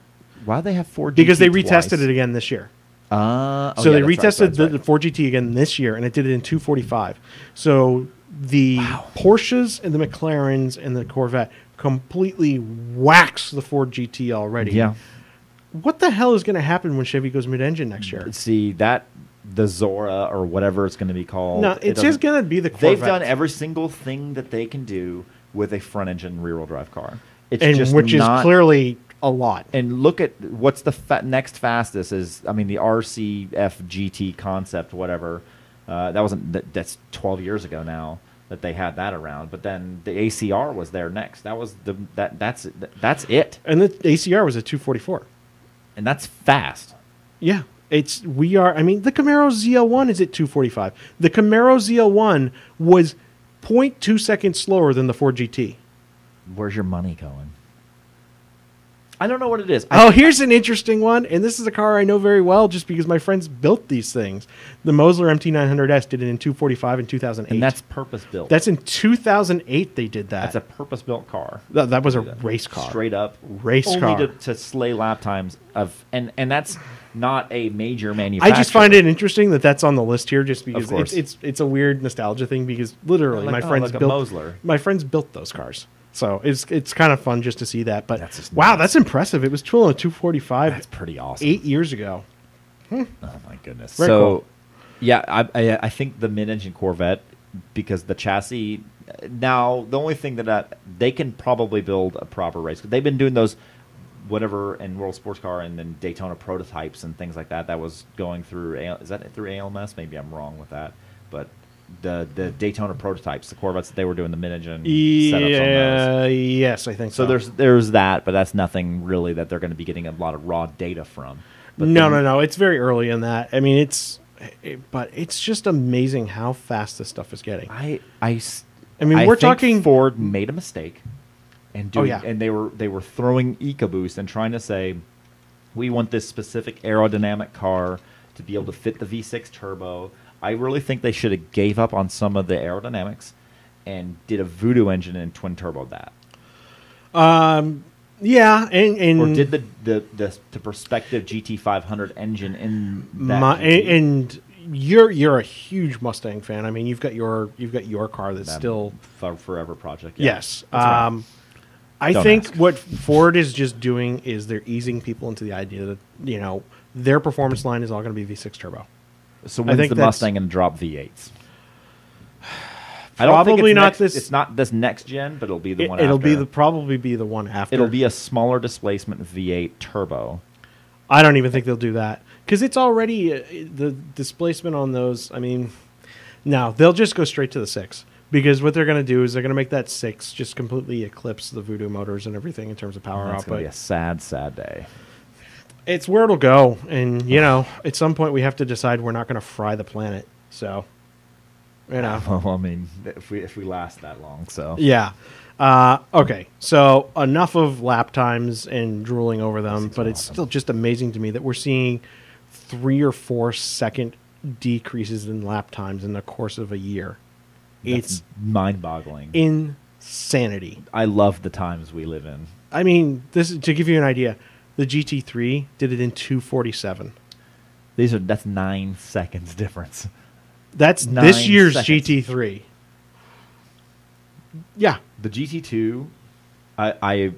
S2: why do they have four?
S1: because
S2: GT
S1: they retested
S2: twice?
S1: it again this year.
S2: Uh, oh,
S1: so they
S2: yeah, that's right,
S1: retested
S2: that's
S1: the,
S2: right.
S1: the Ford GT again this year, and it did it in 245. So the Porsches and the McLarens and the Corvette completely wax the Ford GT already.
S2: yeah.
S1: What the hell is going to happen when Chevy goes mid-engine next year?
S2: See that the Zora or whatever it's going to be called.
S1: no,
S2: it
S1: it's
S2: doesn't-
S1: just going to be the Corvette.
S2: They've done every single thing that they can do with a front engine rear wheel drive car. It's
S1: and
S2: just
S1: which
S2: not,
S1: is clearly a lot.
S2: and look at what's the fa- next fastest is I mean the RCF GT concept whatever uh, that wasn't that, that's 12 years ago now that they had that around but then the ACR was there next that was the that that's that's it
S1: And the ACR was a 244.
S2: and that's fast
S1: Yeah. It's we are I mean the Camaro ZL1 is at 245. The Camaro ZL1 was 0.2 seconds slower than the Ford GT.
S2: where's your money going I don't know what it is I,
S1: Oh, here's an interesting one, and this is a car I know very well just because my friends built these things. The Mosler MT900S did it in 245 and 2008.
S2: and that's purpose built
S1: that's in 2008 they did that.
S2: that's a purpose built car
S1: Th- that was a race car.
S2: straight up
S1: Race
S2: only
S1: car.
S2: to, to slay lap times of and and that's not a major
S1: I
S2: manufacturer
S1: just find it interesting that that's on the list here, just because
S2: course.
S1: it's, it's it's a weird nostalgia thing. Because literally,
S2: Like,
S1: my
S2: oh,
S1: friends
S2: look, a
S1: built
S2: Mosler.
S1: my friends built those cars, so it's it's kind of fun just to see that. But
S2: That's just
S1: wow,
S2: nuts.
S1: that's impressive. It was twirling a two forty five
S2: that's pretty awesome
S1: eight years ago.
S2: Oh my goodness.
S1: Very
S2: so,
S1: cool.
S2: yeah, I, I I think the mid-engine Corvette because the chassis. Now the only thing that I, they can probably build a proper race. They've been doing those whatever in World Sports Car and then Daytona prototypes and things like that. That was going through A- is that through ALMS? Maybe I'm wrong with that, but. The, the Daytona prototypes, the Corvettes that they were doing the mid-engine setups on those.
S1: Yeah, yes, I think so.
S2: So there's there's that, but that's nothing really that they're going to be getting a lot of raw data from. But
S1: no,
S2: the-
S1: no, no. It's very early in that. I mean, it's it, but it's just amazing how fast this stuff is getting.
S2: I I s-
S1: I mean, we're
S2: think
S1: talking-
S2: Ford made a mistake, and
S1: Oh,
S2: doing,
S1: yeah.
S2: and they were they were throwing EcoBoost and trying to say, we want this specific aerodynamic car to be able to fit the V6 turbo. I really think they should have gave up on some of the aerodynamics, and did a Voodoo engine and twin turbo that,
S1: Yeah, and and
S2: or did the the the, the prospective GT500 engine in that
S1: My,
S2: GT?
S1: and you're you're a huge Mustang fan. I mean, you've got your you've got your car that's
S2: that
S1: still
S2: for- forever project. yeah.
S1: yes.
S2: That's right.
S1: Um, I
S2: Don't
S1: think
S2: ask.
S1: what Ford is just doing is they're easing people into the idea that you know their performance line is all going to be V6 turbo.
S2: So when's
S1: think
S2: the
S1: that's-
S2: Mustang going to drop V8s?
S1: Probably not
S2: next-
S1: this-
S2: It's not this next gen, but it'll be the
S1: It,
S2: one.
S1: will
S2: after.
S1: be the probably be the one after.
S2: It'll be a smaller displacement V8 turbo.
S1: I don't even think they'll do that because it's already uh, the displacement on those. I mean, no, they'll just go straight to the six because what they're going to do is they're going to make that six just completely eclipse the Voodoo motors and everything in terms of power
S2: It's going to be a
S1: output.
S2: sad, sad day.
S1: It's where it'll go, and you know, at some point we have to decide we're not going to fry the planet. So, you know,
S2: Well, I mean, if we if we last that long, so
S1: yeah. Uh, okay, so enough of lap times and drooling over them, but it's still just amazing to me that we're seeing three or four second decreases in lap times in the course of a year.
S2: it's
S1: It's
S2: mind-boggling.
S1: insanity.
S2: I love the times we live in.
S1: I mean, this is, to give you an idea, the GT3 did it in 247.
S2: These are that's nine seconds difference.
S1: That's
S2: Nine
S1: this year's
S2: seconds.
S1: GT3. Yeah,
S2: The GT2, I, I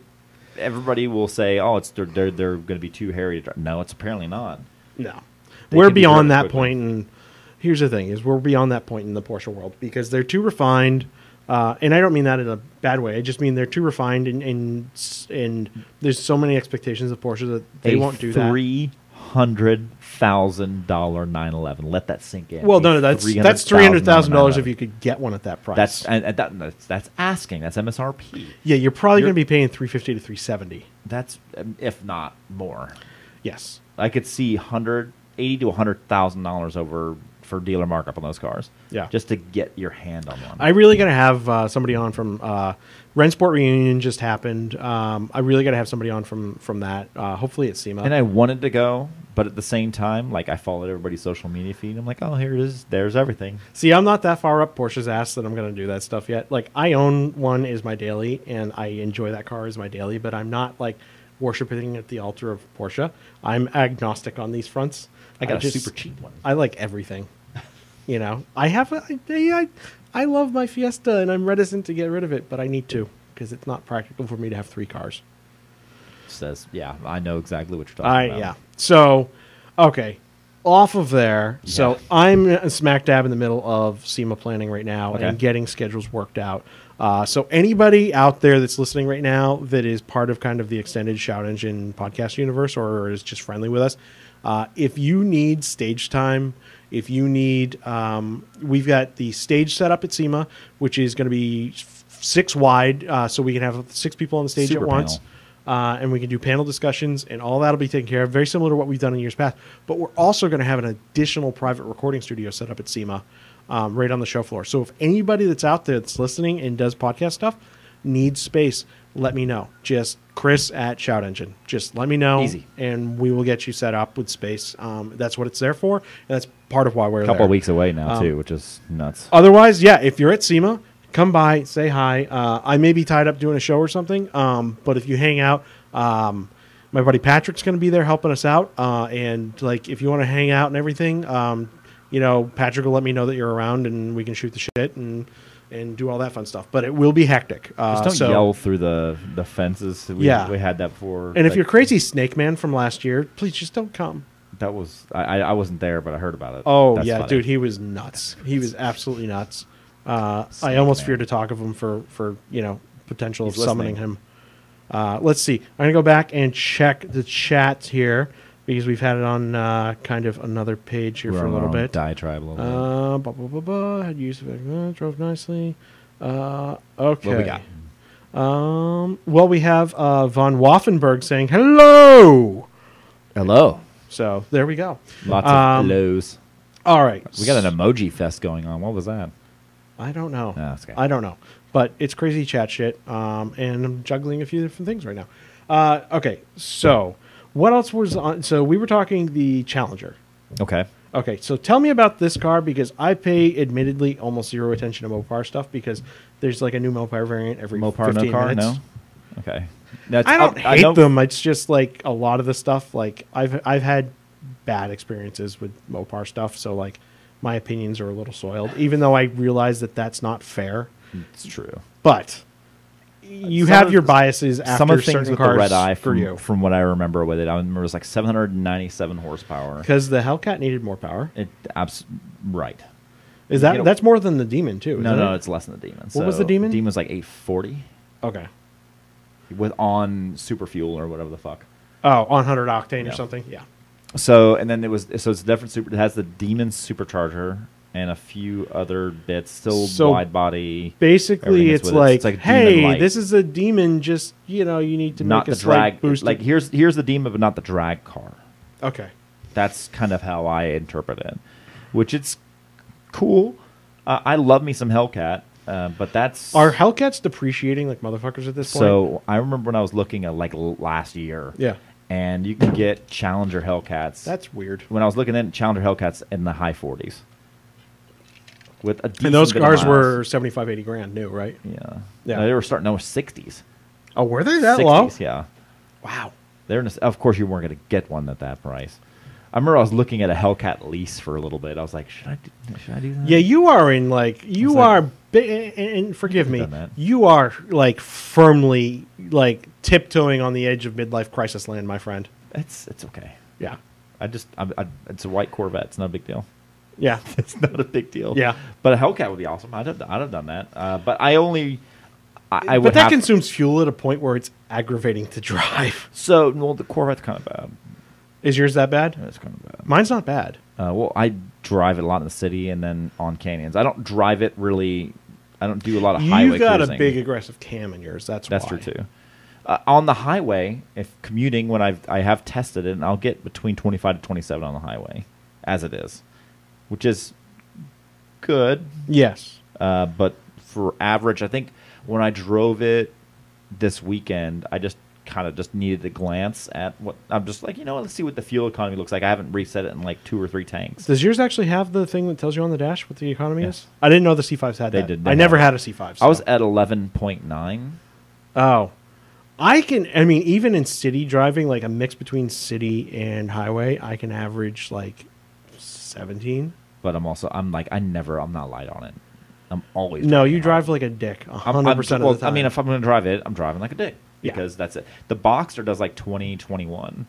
S2: everybody will say, oh, it's they're they're, they're going to be too hairy to drive. No, it's apparently not.
S1: No.
S2: They
S1: we're
S2: can be driven
S1: beyond that
S2: quickly.
S1: point and here's the thing is we're beyond that point in the Porsche world because they're too refined uh, and I don't mean that in a bad way. I just mean they're too refined and and, s- and there's so many expectations of Porsche that they
S2: a
S1: won't do that.
S2: three hundred thousand dollar 911. Let that sink in.
S1: Well,
S2: A
S1: no, no, that's that's three hundred thousand dollars if you could get one at that price.
S2: That's and, and that, that's that's asking. That's MSRP.
S1: yeah, you're probably
S2: you're-
S1: going to be paying three fifty to three seventy.
S2: That's um, if not more.
S1: Yes.
S2: I could see hundred eighty to hundred thousand dollars over for dealer markup on those cars.
S1: Yeah.
S2: just to get your hand on one.
S1: I really got to have uh, somebody on from uh, Rensport reunion just happened. Um, I really got to have somebody on from from that. Uh, hopefully it's SEMA.
S2: and I wanted to go, but at the same time, like I followed everybody's social media feed. I'm like, oh, here it is. There's everything.
S1: See, I'm not that far up Porsche's ass that I'm going to do that stuff yet. Like I own one as my daily, and I enjoy that car as my daily, but I'm not like worshiping at the altar of Porsche. I'm agnostic on these fronts.
S2: I got a
S1: just-
S2: super cheap one.
S1: I like everything. You know, I have a, I, I, I love my Fiesta and I'm reticent to get rid of it, but I need to because it's not practical for me to have three cars.
S2: says, yeah, I know exactly what you're talking
S1: I
S2: about.
S1: yeah. So, okay, off of there. So I'm uh, smack dab in the middle of SEMA planning right now
S2: Okay.
S1: and getting schedules worked out. Uh, so anybody out there that's listening right now that is part of kind of the extended Shout Engine podcast universe or is just friendly with us, uh, if you need stage time. If you need, um, we've got the stage set up at SEMA, which is going to be f- six wide, uh, so we can have six people on the stage
S2: Super
S1: at once
S2: panel.
S1: uh, and we can do panel discussions, and all that'll be taken care of, very similar to what we've done in years past. But we're also going to have an additional private recording studio set up at SEMA, um, right on the show floor. So if anybody that's out there that's listening and does podcast stuff needs space, let me know. Just Chris at Shout Engine. Just let me know,
S2: Easy.
S1: and we will get you set up with space. Um, that's what it's there for, and that's part of why we're
S2: A couple
S1: there.
S2: of weeks away now
S1: Um,
S2: too, which is nuts.
S1: Otherwise, yeah, if you're at SEMA, come by, say hi. Uh, I may be tied up doing a show or something, um, but if you hang out, um, my buddy Patrick's going to be there helping us out. Uh, and like, if you want to hang out and everything, um, you know, Patrick will let me know that you're around, and we can shoot the shit and and do all that fun stuff. But it will be hectic. Uh,
S2: Just don't
S1: so-
S2: yell through the the fences. We,
S1: Yeah.
S2: we had that before.
S1: And if
S2: like,
S1: you're crazy Snake Man from last year, please just don't come.
S2: that was I, I I wasn't there, but I heard about it.
S1: Oh
S2: That's
S1: yeah,
S2: funny.
S1: dude, he was nuts. He was absolutely nuts. Uh, I
S2: Snake
S1: almost
S2: man.
S1: fear to talk of him for for you know potential of
S2: He's
S1: summoning
S2: listening.
S1: him. Uh, let's see. I'm gonna go back and check the chat here because we've had it on uh, kind of another page here
S2: We're
S1: for a
S2: on
S1: little
S2: our own
S1: bit.
S2: Diatribe a little bit.
S1: Uh, blah, blah, blah, blah. Had use of it. Uh, drove nicely. Uh, okay.
S2: What we got?
S1: Um, well, we have uh, von Waffenberg saying hello.
S2: Hello.
S1: So there we go.
S2: Lots
S1: Um,
S2: of hellos.
S1: All right.
S2: We got an emoji fest going on. What was that?
S1: I don't know.
S2: Ah, that's okay.
S1: I don't know. But it's crazy chat shit. Um, and I'm juggling a few different things right now. Uh, okay. So, what else was on? So, we were talking the Challenger.
S2: Okay.
S1: Okay. So, tell me about this car because I pay, admittedly, almost zero attention to Mopar stuff because there's like a new Mopar variant every
S2: Mopar
S1: 15
S2: no car
S1: minutes.
S2: no. Okay. That's,
S1: I don't
S2: I'll-
S1: hate
S2: know-
S1: them. It's just like a lot of the stuff. Like I've I've had bad experiences with Mopar stuff, so like my opinions are a little soiled. Even though I realize that that's not fair,
S2: It's true.
S1: but you
S2: Some
S1: have
S2: of-
S1: your biases after
S2: Some of the
S1: certain
S2: things with
S1: cars
S2: the red eye
S1: for
S2: from,
S1: you
S2: from what I remember with it, I remember it was like 797 horsepower.
S1: because the Hellcat needed more power.
S2: It abs- right.
S1: Is
S2: You
S1: that
S2: know-
S1: that's more than the Demon too?
S2: No,
S1: isn't
S2: no,
S1: it?
S2: it's less than the demon.
S1: What was the Demon?
S2: Demon's like 840
S1: okay.
S2: with on super fuel or whatever the fuck.
S1: Oh, on hundred octane or
S2: Yeah.
S1: something. Yeah.
S2: So and then it was so it's a different super. It has the demon supercharger and a few other bits. Still
S1: So
S2: wide body.
S1: Basically,
S2: Everything is
S1: it's
S2: with it.
S1: like,
S2: It's like Demon
S1: hey,
S2: Light.
S1: this is a demon. Just you know, you need to
S2: Not
S1: make
S2: the
S1: a slight
S2: drag.
S1: boost.
S2: Like here's here's the demon, but not the drag car.
S1: okay,
S2: That's kind of how I interpret it, which it's cool. Uh, I love me some Hellcat, uh, but that's
S1: are Hellcats depreciating like motherfuckers at this point?
S2: So I remember when I was looking at like l- last year.
S1: Yeah.
S2: And you can get Challenger Hellcats.
S1: That's weird.
S2: when I was looking at Challenger Hellcats in the high 40s. With a decent
S1: And those
S2: bit of
S1: cars
S2: miles.
S1: were 75, 80 grand new, right?
S2: yeah.
S1: Yeah.
S2: No, they were starting no 60s.
S1: Oh, were they that
S2: 60s,
S1: low?
S2: yeah.
S1: Wow.
S2: They're in a s of course you weren't going to get one at that price. I remember I was looking at a Hellcat lease for a little bit. I was like, should I do, should I do that?
S1: Yeah, you are in like you
S2: It's like-
S1: are. Bi- and, and forgive me,
S2: Done that.
S1: you are like firmly like tiptoeing on the edge of midlife crisis land, my friend.
S2: It's it's okay.
S1: Yeah,
S2: I just I'm, I, it's a white Corvette. It's not a big deal.
S1: yeah.
S2: it's not a big deal.
S1: Yeah.
S2: but a Hellcat would be awesome. I'd have, I'd have done that. Uh, but I only, I, I would
S1: but that
S2: have-
S1: consumes fuel at a point where it's aggravating to drive.
S2: So well, the Corvette's kind of bad.
S1: Is yours that bad?
S2: That's kind of bad.
S1: Mine's not bad.
S2: Uh, well, I drive it a lot in the city and then on canyons. I don't drive it really. I don't do a lot of highway.
S1: You've got
S2: cruising.
S1: a big aggressive cam in yours. That's
S2: That's
S1: why.
S2: true too. Uh, on the highway, if commuting, when I've I have tested it, and I'll get between twenty five to twenty seven on the highway, as it is, which is good.
S1: Yes.
S2: Uh, but for average, I think when I drove it this weekend, I just kind of just needed a glance at what I'm just like. You know, what, let's see what the fuel economy looks like. I haven't reset it in like two or three tanks.
S1: Does yours actually have the thing that tells you on the dash what the economy
S2: Yes.
S1: is? I didn't know the C5s had
S2: They
S1: that.
S2: did.
S1: I
S2: They
S1: never
S2: have
S1: had a C5.
S2: I was
S1: so-
S2: at eleven point nine.
S1: Oh. I can I mean even in city driving like a mix between city and highway, I can average like 17.
S2: but I'm also I'm like I never I'm not light on it. I'm always
S1: No,
S2: driving
S1: you
S2: hard.
S1: drive like a dick
S2: I'm-
S1: 100%
S2: I'm-
S1: of the time.
S2: well, I mean, if I'm going to drive it, I'm driving like a dick
S1: Yeah.
S2: because that's it. The Boxster does like 20, 21,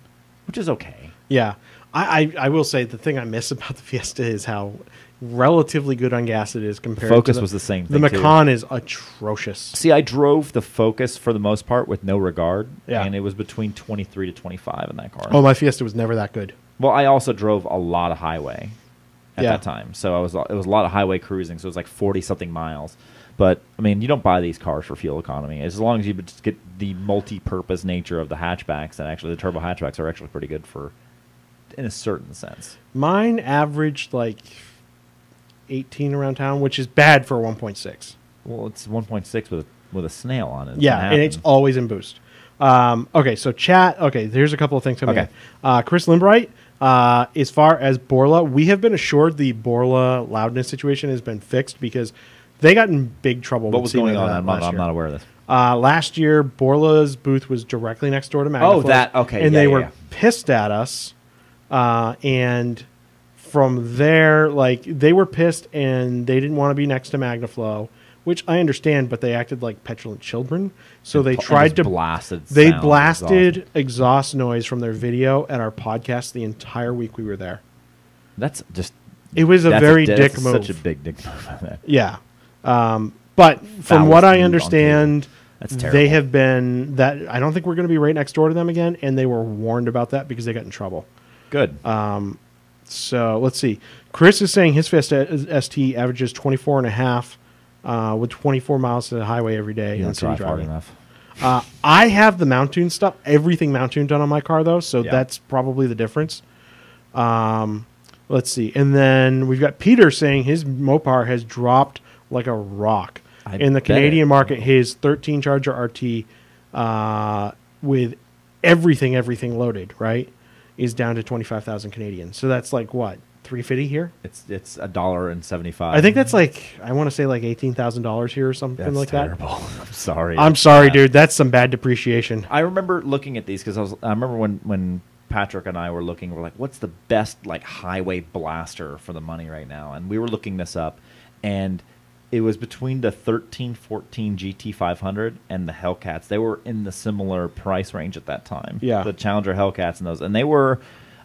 S2: which is okay.
S1: yeah. I, I I will say the thing I miss about the Fiesta is how relatively good on gas it is compared to
S2: Focus was the same
S1: The
S2: thing, too.
S1: Macan is atrocious.
S2: See, I drove the Focus for the most part with no regard,
S1: Yeah.
S2: and it was between 23 to 25 in that car.
S1: Oh, my Fiesta was never that good.
S2: Well, I also drove a lot of highway at
S1: Yeah.
S2: that time, so I was it was a lot of highway cruising. So it was like forty something miles. But I mean, you don't buy these cars for fuel economy. As long as you just get the multi-purpose nature of the hatchbacks, and actually the turbo hatchbacks are actually pretty good for, in a certain sense.
S1: Mine averaged like 18 around town, which is bad for a 1.6.
S2: Well, it's one point six with a, with a snail on it.
S1: Yeah, and it's
S2: all
S1: always in boost. Um, okay, so chat. Okay, there's a couple of things coming
S2: Okay.
S1: in. Uh, Chris Limbright, uh, as far as Borla, we have been assured the Borla loudness situation has been fixed because they got in big trouble.
S2: what
S1: with
S2: was
S1: Seaman
S2: going
S1: and
S2: on.
S1: that
S2: I'm
S1: last
S2: not, I'm
S1: year.
S2: not aware of this.
S1: Uh, last year, Borla's booth was directly next door to Magnaflow.
S2: Oh, that- okay,
S1: And
S2: yeah,
S1: they
S2: yeah,
S1: were
S2: yeah.
S1: pissed at us. Uh, and from there, like, they were pissed and they didn't want to be next to Magnaflow, which I understand, but they acted like petulant children. So they
S2: Pl- and
S1: tried
S2: just
S1: to.
S2: blasted.
S1: they
S2: sound. It was
S1: blasted
S2: awful.
S1: exhaust noise from their video at our podcast the entire week we were there.
S2: That's just.
S1: It was a
S2: that's
S1: very
S2: di-
S1: dick
S2: that's
S1: move.
S2: Such a big dick move.
S1: Yeah. Um, but from what
S2: Foulest move
S1: I
S2: on
S1: understand,
S2: That's
S1: they
S2: terrible.
S1: have been that I don't think we're going to be right next door to them again, and they were warned about that because they got in trouble.
S2: Good.
S1: Um, So let's see. Chris is saying his Fiesta ST averages 24 and a half uh, with 24 miles to the highway every day
S2: you
S1: in
S2: don't
S1: city
S2: drive hard
S1: driving.
S2: enough.
S1: Uh, I have the Mount Tune stuff, everything Mount Tune done on my car though, so
S2: Yeah.
S1: that's probably the difference. Um, let's see, and then we've got Peter saying his Mopar has dropped like a rock
S2: I
S1: in the
S2: bet
S1: Canadian
S2: it.
S1: market. His 13 Charger RT uh, with everything, everything loaded, right, is down to 25,000 Canadian. So that's like what 350 here.
S2: It's it's a dollar and seventy five.
S1: I think that's like I want to say like eighteen thousand dollars here or something
S2: that's
S1: like that.
S2: terrible. I'm sorry.
S1: I'm sorry, dude. That's some bad depreciation.
S2: I remember looking at these because I was. I remember when when Patrick and I were looking. We're like, what's the best like highway blaster for the money right now? And we were looking this up, and it was between the 1314 GT 500 and the Hellcats. They were in the similar price range at that time.
S1: Yeah.
S2: the Challenger Hellcats and those, and they were.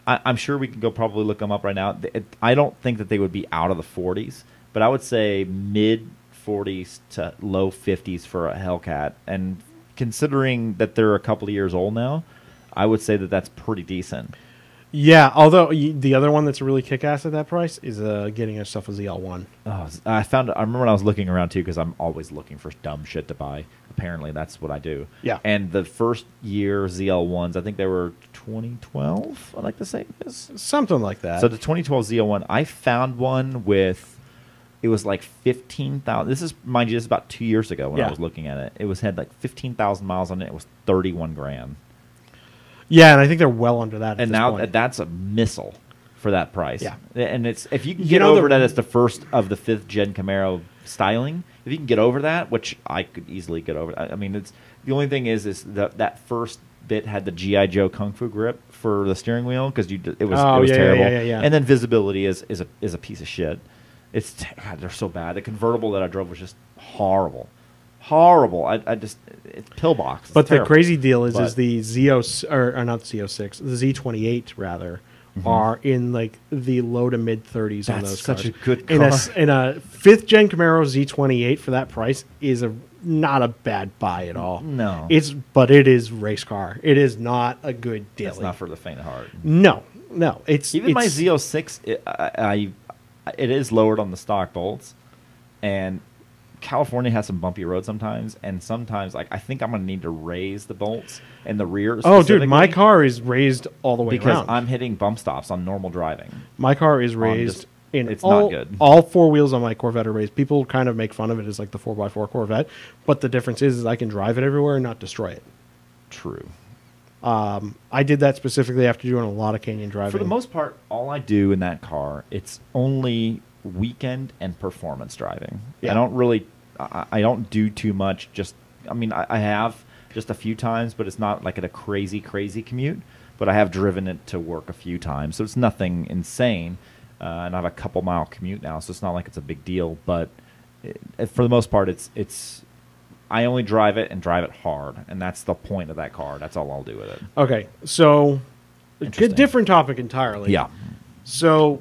S2: I, I'm sure we could go probably look them up right now. Th- it- I don't think that they would be out of the 40s, but I would say mid 40s to low 50s for a Hellcat. And considering that they're a couple of years old now, I would say that that's pretty decent.
S1: Yeah, although y- the other one that's really kick ass at that price is uh, getting yourself a ZL1.
S2: Oh, I found. I remember when I was looking around too, because I'm always looking for dumb shit to buy. Apparently, that's what I do.
S1: Yeah.
S2: And the first year ZL ones, I think they were 2012. I like to say this.
S1: Something like that.
S2: So the 2012 ZL1, I found one with it was like 15,000. This is mind you, this is about two years ago when
S1: Yeah.
S2: I was looking at it. It was had like 15,000 miles on it. It was 31 grand,
S1: yeah, and I think they're well under that. At
S2: and
S1: this
S2: now
S1: point.
S2: th- that's a missile for that price.
S1: Yeah.
S2: and it's if you can
S1: You
S2: get
S1: know the-
S2: over that as the first of the fifth gen Camaro styling. If you can get over that, which I could easily get over. I, I mean, it's the only thing is is the, that first bit had the GI Joe Kung Fu grip for the steering wheel because you d- it was was-
S1: Oh,
S2: it was
S1: yeah, yeah,
S2: terrible.
S1: yeah, yeah, yeah.
S2: And then visibility is is a is a piece of shit. It's t- God, they're so bad. The convertible that I drove was just horrible, horrible. I, I just it's pillbox. It's
S1: but the
S2: terrible.
S1: crazy deal is, is
S2: But-
S1: the Z0 or, or not the Z06, the Z28 rather, are in like the low to mid 30s on
S2: Mm-hmm. That's
S1: those
S2: such
S1: cars.
S2: a good
S1: In a
S2: car.
S1: s- in a fifth gen Camaro Z28 for that price is a not a bad buy at all.
S2: No.
S1: It's but it is race car. It is not a good daily.
S2: It's not for the faint of heart.
S1: no, no. It's
S2: Even my
S1: it's-
S2: Z06, it, I, I, it is lowered on the stock bolts, and California has some bumpy roads sometimes, and sometimes like I think I'm gonna need to raise the bolts in the rear.
S1: Oh, dude, my
S2: specifically,
S1: car is raised all the way
S2: because
S1: around.
S2: I'm hitting bump stops on normal driving.
S1: my car is
S2: this-
S1: raised in
S2: it's
S1: all,
S2: not good.
S1: all four wheels on my Corvette are raised. People kind of make fun of it as like the 4x4 Corvette, but the difference is, is I can drive it everywhere and not destroy it. Um,
S2: True.
S1: I did that specifically after doing a lot of canyon driving.
S2: For the most part, all I do in that car, it's only weekend and performance driving.
S1: Yeah.
S2: I don't really, I, I don't do too much. Just, I mean, I, I have just a few times, but it's not like at a crazy, crazy commute. But I have driven it to work a few times, so it's nothing insane. Uh, and I have a couple mile commute now, so it's not like it's a big deal. But it, it- for the most part, it's it's. I only drive it and drive it hard, and that's the point of that car. That's all I'll do with it.
S1: okay, so good,
S2: Interesting.
S1: different topic entirely.
S2: Yeah.
S1: So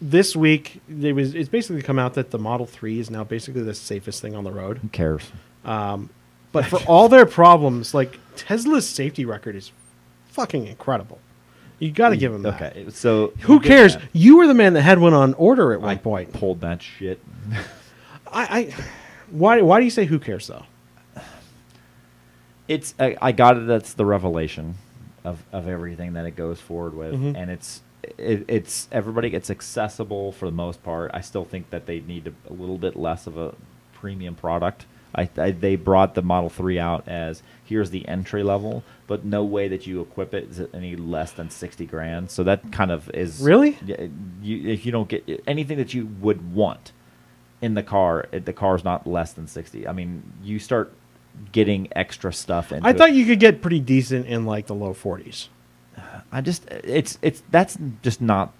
S1: this week it was it's basically come out that the Model 3 is now basically the safest thing on the road.
S2: Who cares?
S1: Um, But for all their problems, like Tesla's safety record is fucking incredible. You got to give them that.
S2: Okay, so
S1: Who
S2: get
S1: cares?
S2: that.
S1: You were the man that had one on order at
S2: I
S1: one point.
S2: pulled that shit.
S1: I, I why why do you say who cares though?
S2: It's I, I got it. That's the revelation of, of everything that it goes forward with,
S1: Mhm.
S2: and it's it, it's everybody. It's accessible for the most part. I still think that they need a, a little bit less of a premium product. I, I they brought the Model Three out as here's the entry level, but no way that you equip it is any less than sixty grand. So that kind of is
S1: Really?
S2: Yeah, you, if you don't get anything that you would want in the car, it, the car's not less than sixty. I mean, you start getting extra stuff. Into
S1: I thought
S2: it.
S1: you could get pretty decent in like the low 40s.
S2: I just it's it's that's just not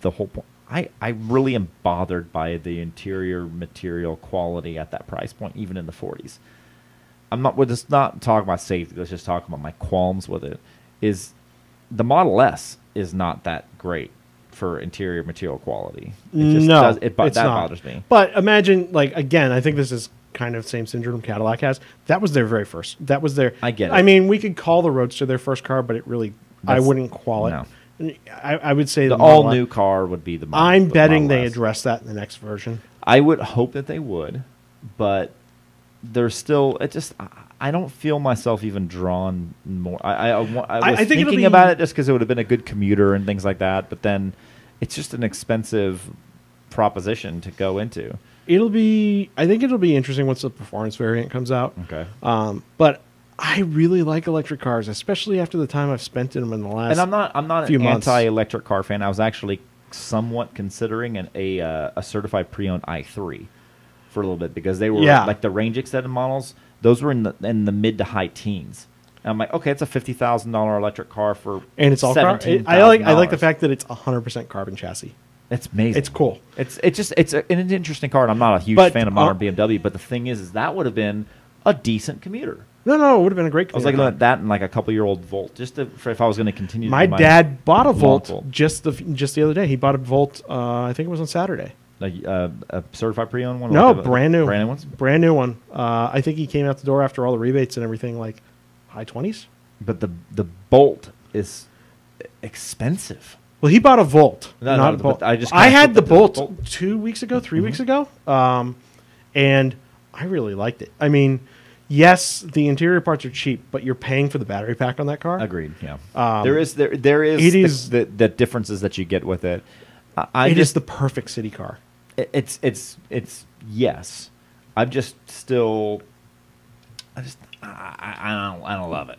S2: the whole point. I, I really am bothered by the interior material quality at that price point, even in the 40s. I'm not. We're just not talking about safety. Let's just talk about my qualms with it. Is the Model S is not that great for interior material quality? It just
S1: no,
S2: does, it, bo-
S1: it's
S2: that
S1: not.
S2: bothers me.
S1: But imagine, like again, I think this is kind of same syndrome Cadillac has. That was their very first. That was their.
S2: I get
S1: I
S2: it.
S1: mean, we could call the Roadster their first car, but it really, I
S2: That's-
S1: wouldn't call it.
S2: no.
S1: I, I would say
S2: The
S1: Model
S2: all new
S1: S-
S2: car would be the. Model,
S1: I'm
S2: the
S1: betting
S2: Model
S1: they
S2: S.
S1: address that in the next version.
S2: I would hope that they would, but there's still it just I, I don't feel myself even drawn more. I I, I, wa- I was
S1: I- I think
S2: thinking
S1: it'll
S2: about
S1: be-
S2: it just because it would have been a good commuter and things like that, but then it's just an expensive proposition to go into.
S1: It'll be. I think it'll be interesting once the performance variant comes out.
S2: Okay.
S1: Um, but I really like electric cars, especially after the time I've spent in them in the last.
S2: and I'm not I'm not
S1: few
S2: an
S1: months.
S2: anti-electric car fan. I was actually somewhat considering an a uh, a certified pre-owned i3 for a little bit because they were
S1: Yeah.
S2: like the range extended models. Those were in the in the mid to high teens. And I'm like, okay, it's a fifty thousand dollar electric car for
S1: And it's all car.
S2: $17,000.
S1: I like. I like the fact that it's 100% carbon chassis.
S2: it's amazing.
S1: It's cool.
S2: It's it's just it's a, an interesting car. And I'm not a huge
S1: But,
S2: fan
S1: uh,
S2: of modern BMW, but the thing is, is that would have been a decent commuter.
S1: No, no, it would have been a great.
S2: I was
S1: commuter
S2: looking
S1: car.
S2: at that and like a couple year old Volt, just to, for if I was going to continue. to
S1: My,
S2: do
S1: dad bought a
S2: long
S1: Volt,
S2: Volt.
S1: just the just the other day. He bought a Volt. Uh, I think it was on Saturday.
S2: Like uh, a certified pre-owned one?
S1: No,
S2: Like a-
S1: brand new,
S2: Brand new ones?
S1: brand new one. Uh, I think he came out the door after all the rebates and everything, like high twenties.
S2: But the the bolt is expensive.
S1: Well, he bought a Volt,
S2: No,
S1: not
S2: no,
S1: a
S2: but
S1: Bolt.
S2: I just
S1: I
S2: kinda
S1: had
S2: put
S1: the
S2: that to the
S1: Bolt,
S2: Bolt. Mm-hmm.
S1: two weeks ago, 3 weeks ago, um, and I really liked it. I mean, yes, the interior parts are cheap, but you're paying for the battery pack on that car.
S2: Agreed. Yeah.
S1: Um,
S2: there is there there is
S1: it
S2: the,
S1: is-
S2: the, the differences that you get with it. I, I
S1: It is
S2: just
S1: the perfect city car.
S2: it- it's it's it's yes. I'm just still. I just I, I I don't I don't love it.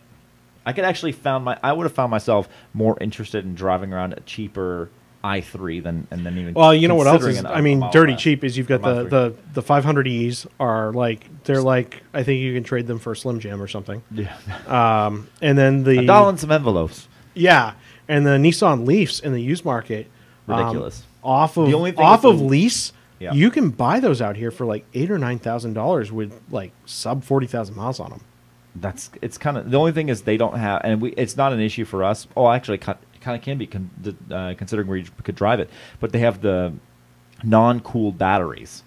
S2: I could actually found my I would have found myself more interested in driving around a cheaper i3 than and then even
S1: Well, you know what else
S2: considering
S1: is?
S2: an-
S1: I mean,
S2: a Model
S1: dirty
S2: S.
S1: cheap is you've got
S2: Model
S1: the,
S2: three.
S1: the the 500 Es are like they're like I think you can trade them for a Slim Jim or something.
S2: yeah.
S1: Um, and then the
S2: Mm-hmm. a dollar and some envelopes.
S1: yeah, and the Nissan Leafs in the used market um,
S2: Ridiculous.
S1: off of
S2: The only thing
S1: off
S2: with
S1: of
S2: the-
S1: lease,
S2: Yeah.
S1: you can buy those out here for like eight or nine thousand dollars with like sub forty thousand miles on them.
S2: That's it's kind of the only thing is they don't have, and we it's not an issue for us. Oh, actually, kind of can be con, uh, considering where you could drive it, but they have the non-cooled batteries,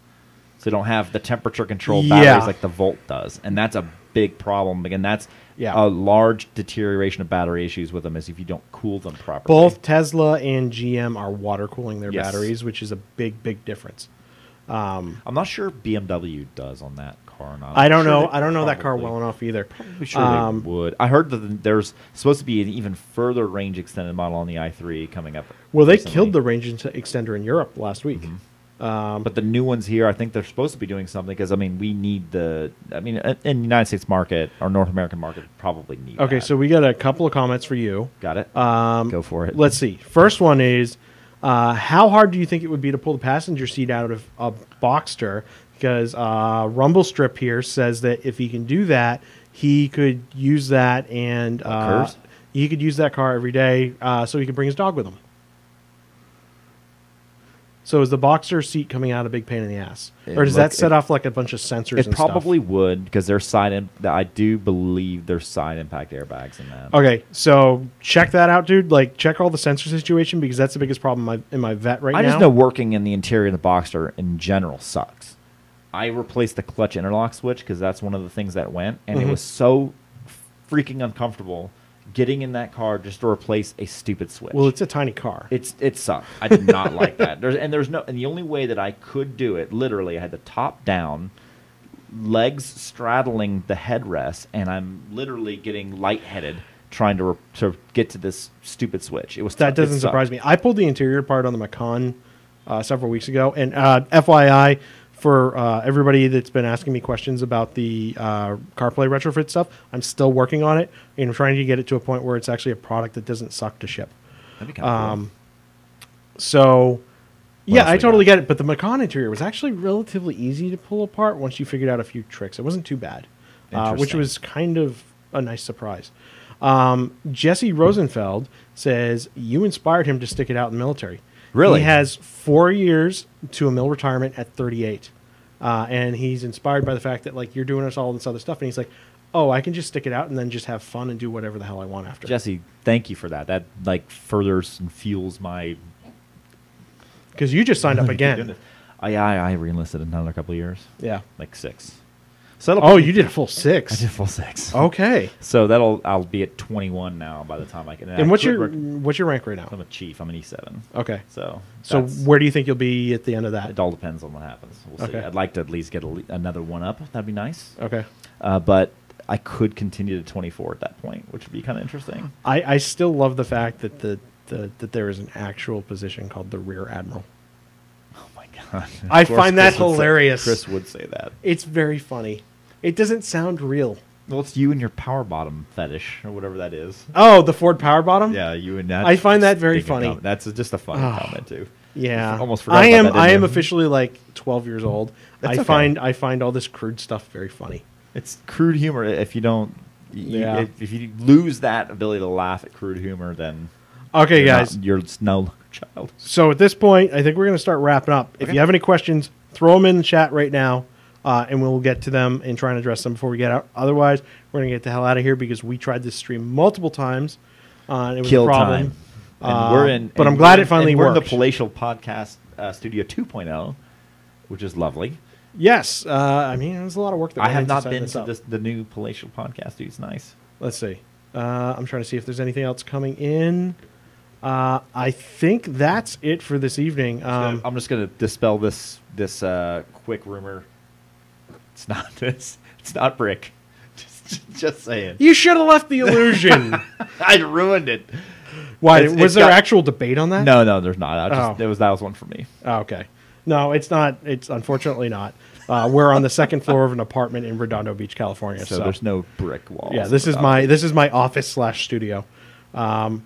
S2: So they don't have the temperature control
S1: Yeah.
S2: batteries like the Volt does, and that's a big problem. Again, that's
S1: Yeah.
S2: a large deterioration of battery issues with them is if you don't cool them properly.
S1: Both Tesla and GM are water cooling their
S2: Yes.
S1: batteries, which is a big, big difference.
S2: I'm not sure if BMW does on that car or not.
S1: I don't
S2: I'm sure
S1: know.
S2: they
S1: I don't know that car
S2: probably-
S1: well enough either.
S2: I'm sure
S1: Um,
S2: they would. I heard that there's supposed to be an even further range extended model on the i3 coming up.
S1: Well, they
S2: recently. Mm-hmm.
S1: killed the range ex- extender in Europe last week.
S2: but the new ones here. I think they're supposed to be doing something because I mean we need the. I mean, uh, in the United States market or North American market, probably need.
S1: Okay,
S2: that.
S1: so we got a couple of comments for you.
S2: got it. Um, Go for it.
S1: Let's see. First one is uh, how hard do you think it would be to pull the passenger seat out of a Boxster? Because uh, Rumble Strip here says that if he can do that, he could use that and uh,
S2: curves?
S1: he could use that car every day, uh, so he could bring his dog with him. So is the Boxster seat coming out a big pain in the ass,
S2: It
S1: or does
S2: look-
S1: that set
S2: it-
S1: off like a bunch of sensors?
S2: It
S1: and stuff?
S2: probably would because their side. Imp- I do believe there's side impact airbags in that.
S1: Okay, so check that out, dude. Like, check all the sensor situation because that's the biggest problem in my, in my vet right
S2: I
S1: now.
S2: just know working in the interior of the Boxster in general sucks. I replaced the clutch interlock switch because that's one of the things that went, and
S1: Mhm.
S2: it was so freaking uncomfortable getting in that car just to replace a stupid switch.
S1: Well, it's a tiny car.
S2: It's it sucked. I did not like that. There's and there's no and the only way that I could do it, literally, I had the top down, legs straddling the headrest, and I'm literally getting lightheaded trying to re- to get to this stupid switch. It was
S1: that doesn't surprise me. I pulled the interior part on the Macan uh, several weeks ago, and uh, FYI, for uh, everybody that's been asking me questions about the uh, CarPlay retrofit stuff, I'm still working on it and trying to get it to a point where it's actually a product that doesn't suck to ship.
S2: That'd be
S1: Um, So, yeah,
S2: else
S1: I
S2: we
S1: totally
S2: got?
S1: get it. But the Macan interior was actually relatively easy to pull apart once you figured out a few tricks. It wasn't too bad, uh, which
S2: Interesting.
S1: was kind of a nice surprise. Um, Jesse Rosenfeld says you inspired him to stick it out in the military.
S2: Really?
S1: he has four years to a mill retirement at 38, uh, and he's inspired by the fact that like you're doing us all this other stuff, and he's like, oh, I can just stick it out and then just have fun and do whatever the hell I want after.
S2: Jesse, thank you for that. That like furthers and fuels my.
S1: Because you just
S2: Oh
S1: signed up again.
S2: I I, I reenlisted another couple of years,
S1: yeah.
S2: like six. So that'll
S1: Oh, you did a full
S2: I
S1: six.
S2: did full six.
S1: Okay.
S2: So that'll I'll be at 21 now by the time I can.
S1: And
S2: I
S1: what's
S2: quit
S1: your
S2: work-
S1: what's your rank right now?
S2: I'm a chief. I'm an E7.
S1: Okay.
S2: So
S1: So
S2: that's-
S1: where do you think you'll be at the end of that?
S2: it all depends on what happens. We'll see.
S1: Okay. Oh.
S2: I'd like to at least get a, le- another one up. That'd be nice.
S1: Okay.
S2: Uh, but I could continue to 24 at that point, which would be kind of interesting.
S1: I, I still love the fact that the, the that there is an actual position called the rear admiral.
S2: Oh my god!
S1: I
S2: Of course
S1: find that
S2: Chris would say-
S1: hilarious.
S2: Chris would say that.
S1: It's very funny. It doesn't sound real.
S2: Well, it's you and your power bottom fetish or whatever that is.
S1: Oh, the Ford Power Bottom.
S2: Yeah, you and that.
S1: I find that very
S2: stinking
S1: funny.
S2: comment. That's just a funny
S1: Ah.
S2: comment too.
S1: Yeah.
S2: almost forgot.
S1: I
S2: about
S1: am
S2: that,
S1: I
S2: didn't
S1: am
S2: you?
S1: officially like 12 years old. I
S2: That's okay.
S1: find I find all this crude stuff very funny.
S2: It's crude humor. If you don't, you,
S1: Yeah.
S2: if, if you lose that ability to laugh at crude humor, then
S1: Okay,
S2: you're
S1: guys.
S2: not- you're no longer a child.
S1: So at this point, I think we're going to start wrapping up. If
S2: Okay.
S1: you have any questions, throw them in the chat right now, uh, and we'll get to them and try and address them before we get out. Otherwise, we're going to get the hell out of here because we tried this stream multiple times. Uh, and it was a
S2: Kill
S1: problem.
S2: time. And
S1: Uh,
S2: we're in,
S1: but
S2: and
S1: I'm glad
S2: we're
S1: it finally
S2: and we're in
S1: worked.
S2: the Palatial Podcast uh, Studio 2.0, which is lovely.
S1: Yes, uh, I mean there's a lot of work that
S2: I
S1: went
S2: have
S1: into
S2: not
S1: setting
S2: been to
S1: up.
S2: this, the new Palatial Podcast Studio. It's nice.
S1: Let's see. Uh, I'm trying to see if there's anything else coming in. Uh, I think that's it for this evening. Um,
S2: I'm just gonna dispel this this uh, quick rumor. It's not this. It's not brick. Just, just saying.
S1: you should have left the illusion.
S2: I ruined it.
S1: Why
S2: It's-
S1: was
S2: it's
S1: there
S2: got-
S1: actual debate on that?
S2: No, no, there's not. I just,
S1: Oh.
S2: It was that was one for me.
S1: Oh, okay. No, it's not. It's unfortunately not. Uh, we're on the second floor of an apartment in Redondo Beach, California.
S2: So,
S1: So,
S2: there's no brick walls.
S1: yeah, this is
S2: without
S1: my
S2: it.
S1: this is my office slash studio. Um,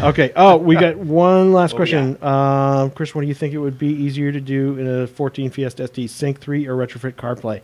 S1: okay. Oh, we got one last
S2: What we
S1: question, um, Chris. What do you think it would be easier to do in a 14 Fiesta ST Sync 3 or retrofit CarPlay?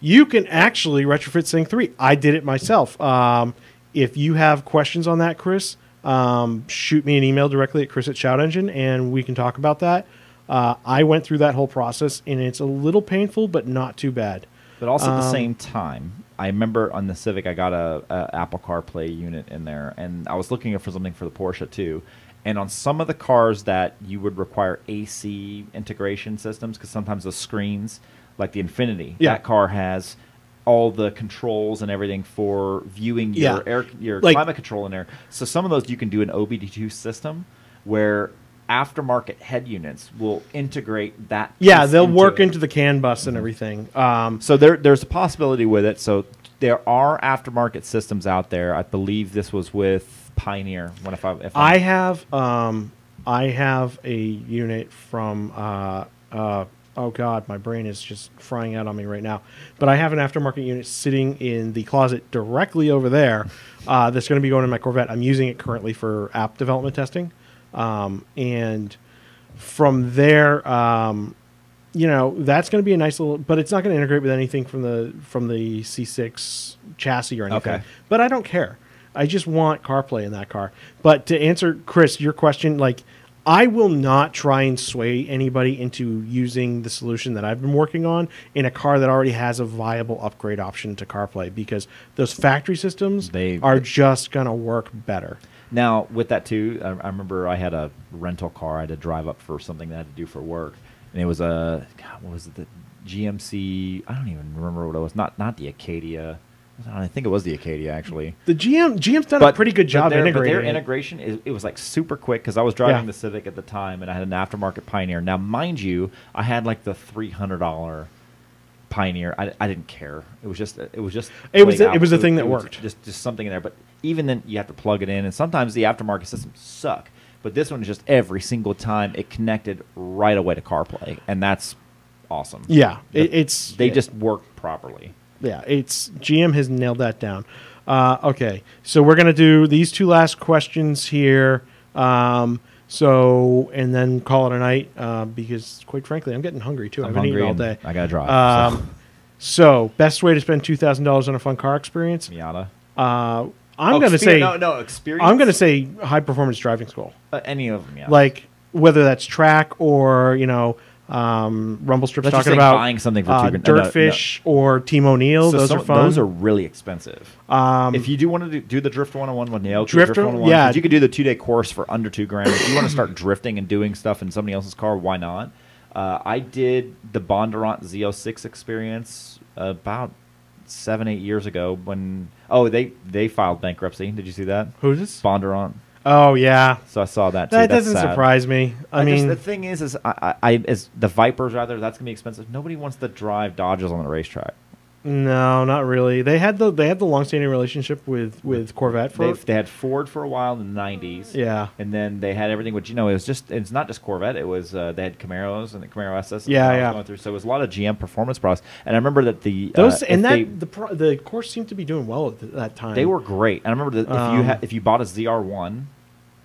S1: You can actually retrofit Sync 3. I did it myself. Um, if you have questions on that, Chris, um, shoot me an email directly at chris at Shout Engine, and we can talk about that. Uh, I went through that whole process, and it's a little painful, but not too bad.
S2: But also
S1: Um,
S2: at the same time, I remember on the Civic, I got a, a Apple CarPlay unit in there, and I was looking for something for the Porsche too. And on some of the cars that you would require AC integration systems, because sometimes the screens like the Infinity.
S1: Yeah.
S2: That car has all the controls and everything for viewing
S1: Yeah.
S2: your air your
S1: Like-
S2: climate control in there. So some of those you can do an OBD2 system where aftermarket head units will integrate that.
S1: Yeah,
S2: piece
S1: they'll work
S2: it.
S1: into the CAN bus and everything. Um,
S2: So there, there's a possibility with it. So there are aftermarket systems out there. I believe this was with Pioneer. When if I, if
S1: I
S2: I'm-
S1: have um, I have a unit from uh, uh, oh god, my brain is just frying out on me right now. But I have an aftermarket unit sitting in the closet directly over there uh, that's going to be going in my Corvette. I'm using it currently for app development testing, um, and from there. Um, you know that's going to be a nice little, but it's not going to integrate with anything from the from the C6 chassis or anything.
S2: Okay.
S1: But I don't care. I just want CarPlay in that car. But to answer Chris your question, like I will not try and sway anybody into using the solution that I've been working on in a car that already has a viable upgrade option to CarPlay because those factory systems
S2: They-
S1: are just going to work better.
S2: Now, with that too, I, I remember I had a rental car I had to drive up for something that I had to do for work, and it was a God, what was it? The GMC. I don't even remember what it was. Not not the Acadia. I think it was the Acadia actually.
S1: The GM GM's done a pretty good job
S2: their, but
S1: integrating.
S2: their
S1: it.
S2: integration is, it was like super quick because I was driving
S1: Yeah.
S2: the Civic at the time and I had an aftermarket Pioneer. Now, mind you, I had like the three hundred dollar Pioneer. I, I didn't care. It was just it was just
S1: It was
S2: played
S1: a- it was a
S2: out.
S1: thing that
S2: was
S1: worked.
S2: Just just something in there. But even then, you have to plug it in, and sometimes the aftermarket systems suck. But this one is just every single time it connected right away to CarPlay, and that's awesome.
S1: yeah,
S2: The-
S1: it, it's
S2: they
S1: it-
S2: just work properly.
S1: yeah, it's GM has nailed that down. Uh, okay, so we're gonna do these two last questions here. Um, so and then call it a night uh, because, quite frankly, I'm getting hungry too.
S2: I'm
S1: I haven't eaten
S2: hungry
S1: all
S2: and
S1: day.
S2: I gotta drive. so.
S1: Um, so best way to spend two thousand dollars on a fun car experience?
S2: Miata.
S1: Uh, I'm
S2: Oh,
S1: gonna
S2: exper-
S1: say
S2: no, no experience.
S1: I'm gonna say high performance driving school,
S2: Uh, any of them, yeah.
S1: like whether that's track or you know. Um, Rumble strips
S2: Let's just
S1: talking
S2: say
S1: about
S2: buying something for
S1: uh,
S2: two grand- no, no, no.
S1: Dirtfish or Team O'Neill.
S2: So
S1: Oh, those
S2: some-
S1: are fun.
S2: Those are really expensive.
S1: Um,
S2: if you do want to do, do the drift one on one with Nail,
S1: Drift-
S2: drift one on one,
S1: yeah.
S2: you could do the two day course for under two grand. If you want to start drifting and doing stuff in somebody else's car, why not? Uh, I did the Bondurant Z06 experience about seven eight years ago when oh they they filed bankruptcy. Did you see that
S1: Who's this?
S2: Bondurant?
S1: Oh yeah,
S2: So I saw that. Too.
S1: that
S2: That's
S1: doesn't
S2: sad.
S1: surprise me. I,
S2: just-
S1: mean,
S2: the thing is, is I, I, I is the Vipers rather that's gonna be expensive. Nobody wants to drive Dodges on the racetrack.
S1: no, not really. They had the they had the longstanding relationship with with Corvette for
S2: They've, they had Ford for a while in the '90s.
S1: yeah,
S2: And then they had everything, which you know, it was just it's not just Corvette. It was uh, they had Camaros and the Camaro SS. that
S1: Yeah,
S2: I was
S1: yeah.
S2: Going through, so it was a lot of GM performance products. And I remember that the
S1: those
S2: uh, if
S1: and that
S2: they,
S1: the pro, the course seemed to be doing well at th- that time.
S2: they were great. And I remember that if you
S1: Um,
S2: had if you bought a ZR1,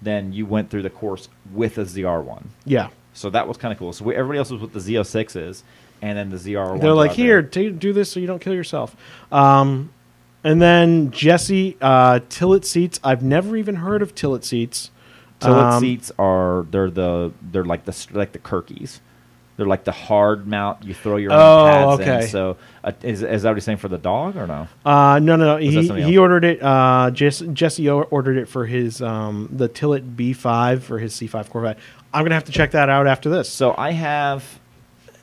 S2: then you went through the course with a ZR1.
S1: yeah.
S2: So that was kind of cool. So we, everybody else was with the Z06s, and then the ZR1.
S1: They're like, here, ta do this so you don't kill yourself. Um, and then Jesse uh, Tillet seats. I've never even heard of Tillet seats.
S2: So
S1: Um,
S2: seats are they're the they're like the s- like the Kirkies. They're like the hard mount. You throw your own
S1: Oh,
S2: pads
S1: okay.
S2: in. So uh, is is that what you're saying for the dog or no?
S1: Uh, no, no, no.
S2: that
S1: He,
S2: something
S1: he
S2: else?
S1: ordered it. Uh, Jess, Jesse o- ordered it for his um, the Tillet B5 for his C5 Corvette. I'm gonna have to check that out after this.
S2: So I have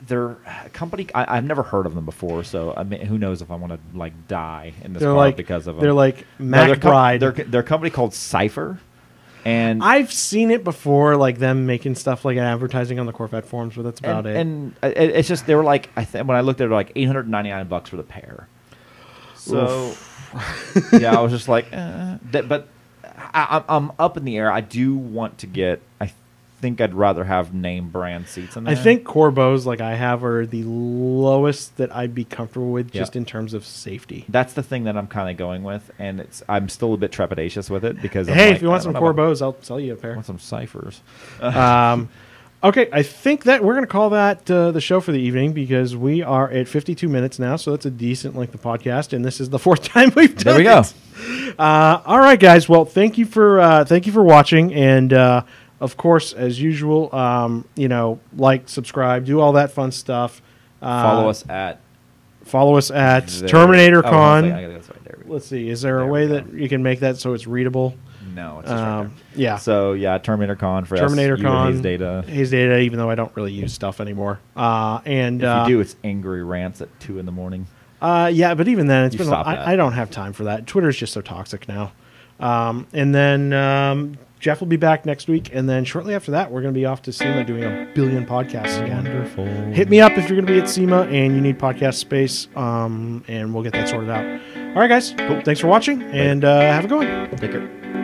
S2: their a company. I, I've never heard of them before. So I mean, who knows if I want to like die in this
S1: they're
S2: car
S1: like
S2: because of them?
S1: they're like
S2: No, their com-
S1: MacBride.
S2: Their their company called Cipher, and
S1: I've seen it before, like them making stuff like advertising on the Corvette forums, but that's about
S2: and,
S1: it.
S2: and i- it, it's just they were like I th- when I looked at it, like 899 bucks for the pair. So yeah, I was just like, eh. That- but I, I'm I'm up in the air. I do want to get. I think I'd rather have name brand seats. In
S1: I
S2: there.
S1: think Corbos, like I have, are the lowest that I'd be comfortable with,
S2: Yeah.
S1: just in terms of safety.
S2: that's the thing that I'm kind of going with, and it's I'm still a bit trepidatious with it because I'm
S1: hey,
S2: like,
S1: if you want
S2: I
S1: some
S2: don't know about-
S1: Corbos, I'll sell you a
S2: I
S1: pair.
S2: want some ciphers.
S1: um, okay, I think that we're going to call that uh, the show for the evening because we are at 52 minutes now, so that's a decent length of podcast, and this is the fourth time we've done
S2: There we go.
S1: it. Uh, all right, guys. Well, thank you for uh, thank you for watching, and uh, of course, as usual, um, you know, like, subscribe, do all that fun stuff. Uh,
S2: Follow us at
S1: Follow us at
S2: the-
S1: Terminator
S2: oh, hold on
S1: Con.
S2: a second, I gotta go this way. There we go.
S1: Let's see. Is there a
S2: There
S1: way
S2: we go.
S1: that you can make that so it's readable?
S2: No, it's just right
S1: Um,
S2: there.
S1: yeah.
S2: So yeah, Terminator Con for us,
S1: Terminator
S2: you
S1: Con,
S2: Haze data.
S1: Haze data, even though I don't really use stuff anymore. Uh, and
S2: If
S1: uh,
S2: you do, it's angry rants at two in the morning.
S1: Uh, yeah, but even then, it's
S2: You
S1: been. a-
S2: stop that.
S1: I, I don't have time for that. Twitter's just so toxic now. Um, and then um, Jeff will be back next week, and then shortly after that, we're going to be off to SEMA doing a billion podcasts again.
S2: Wonderful.
S1: Hit me up if you're going to be at SEMA and you need podcast space, um, and we'll get that sorted out. All right, guys. Thanks for watching, and uh, have a good one.
S2: Take care.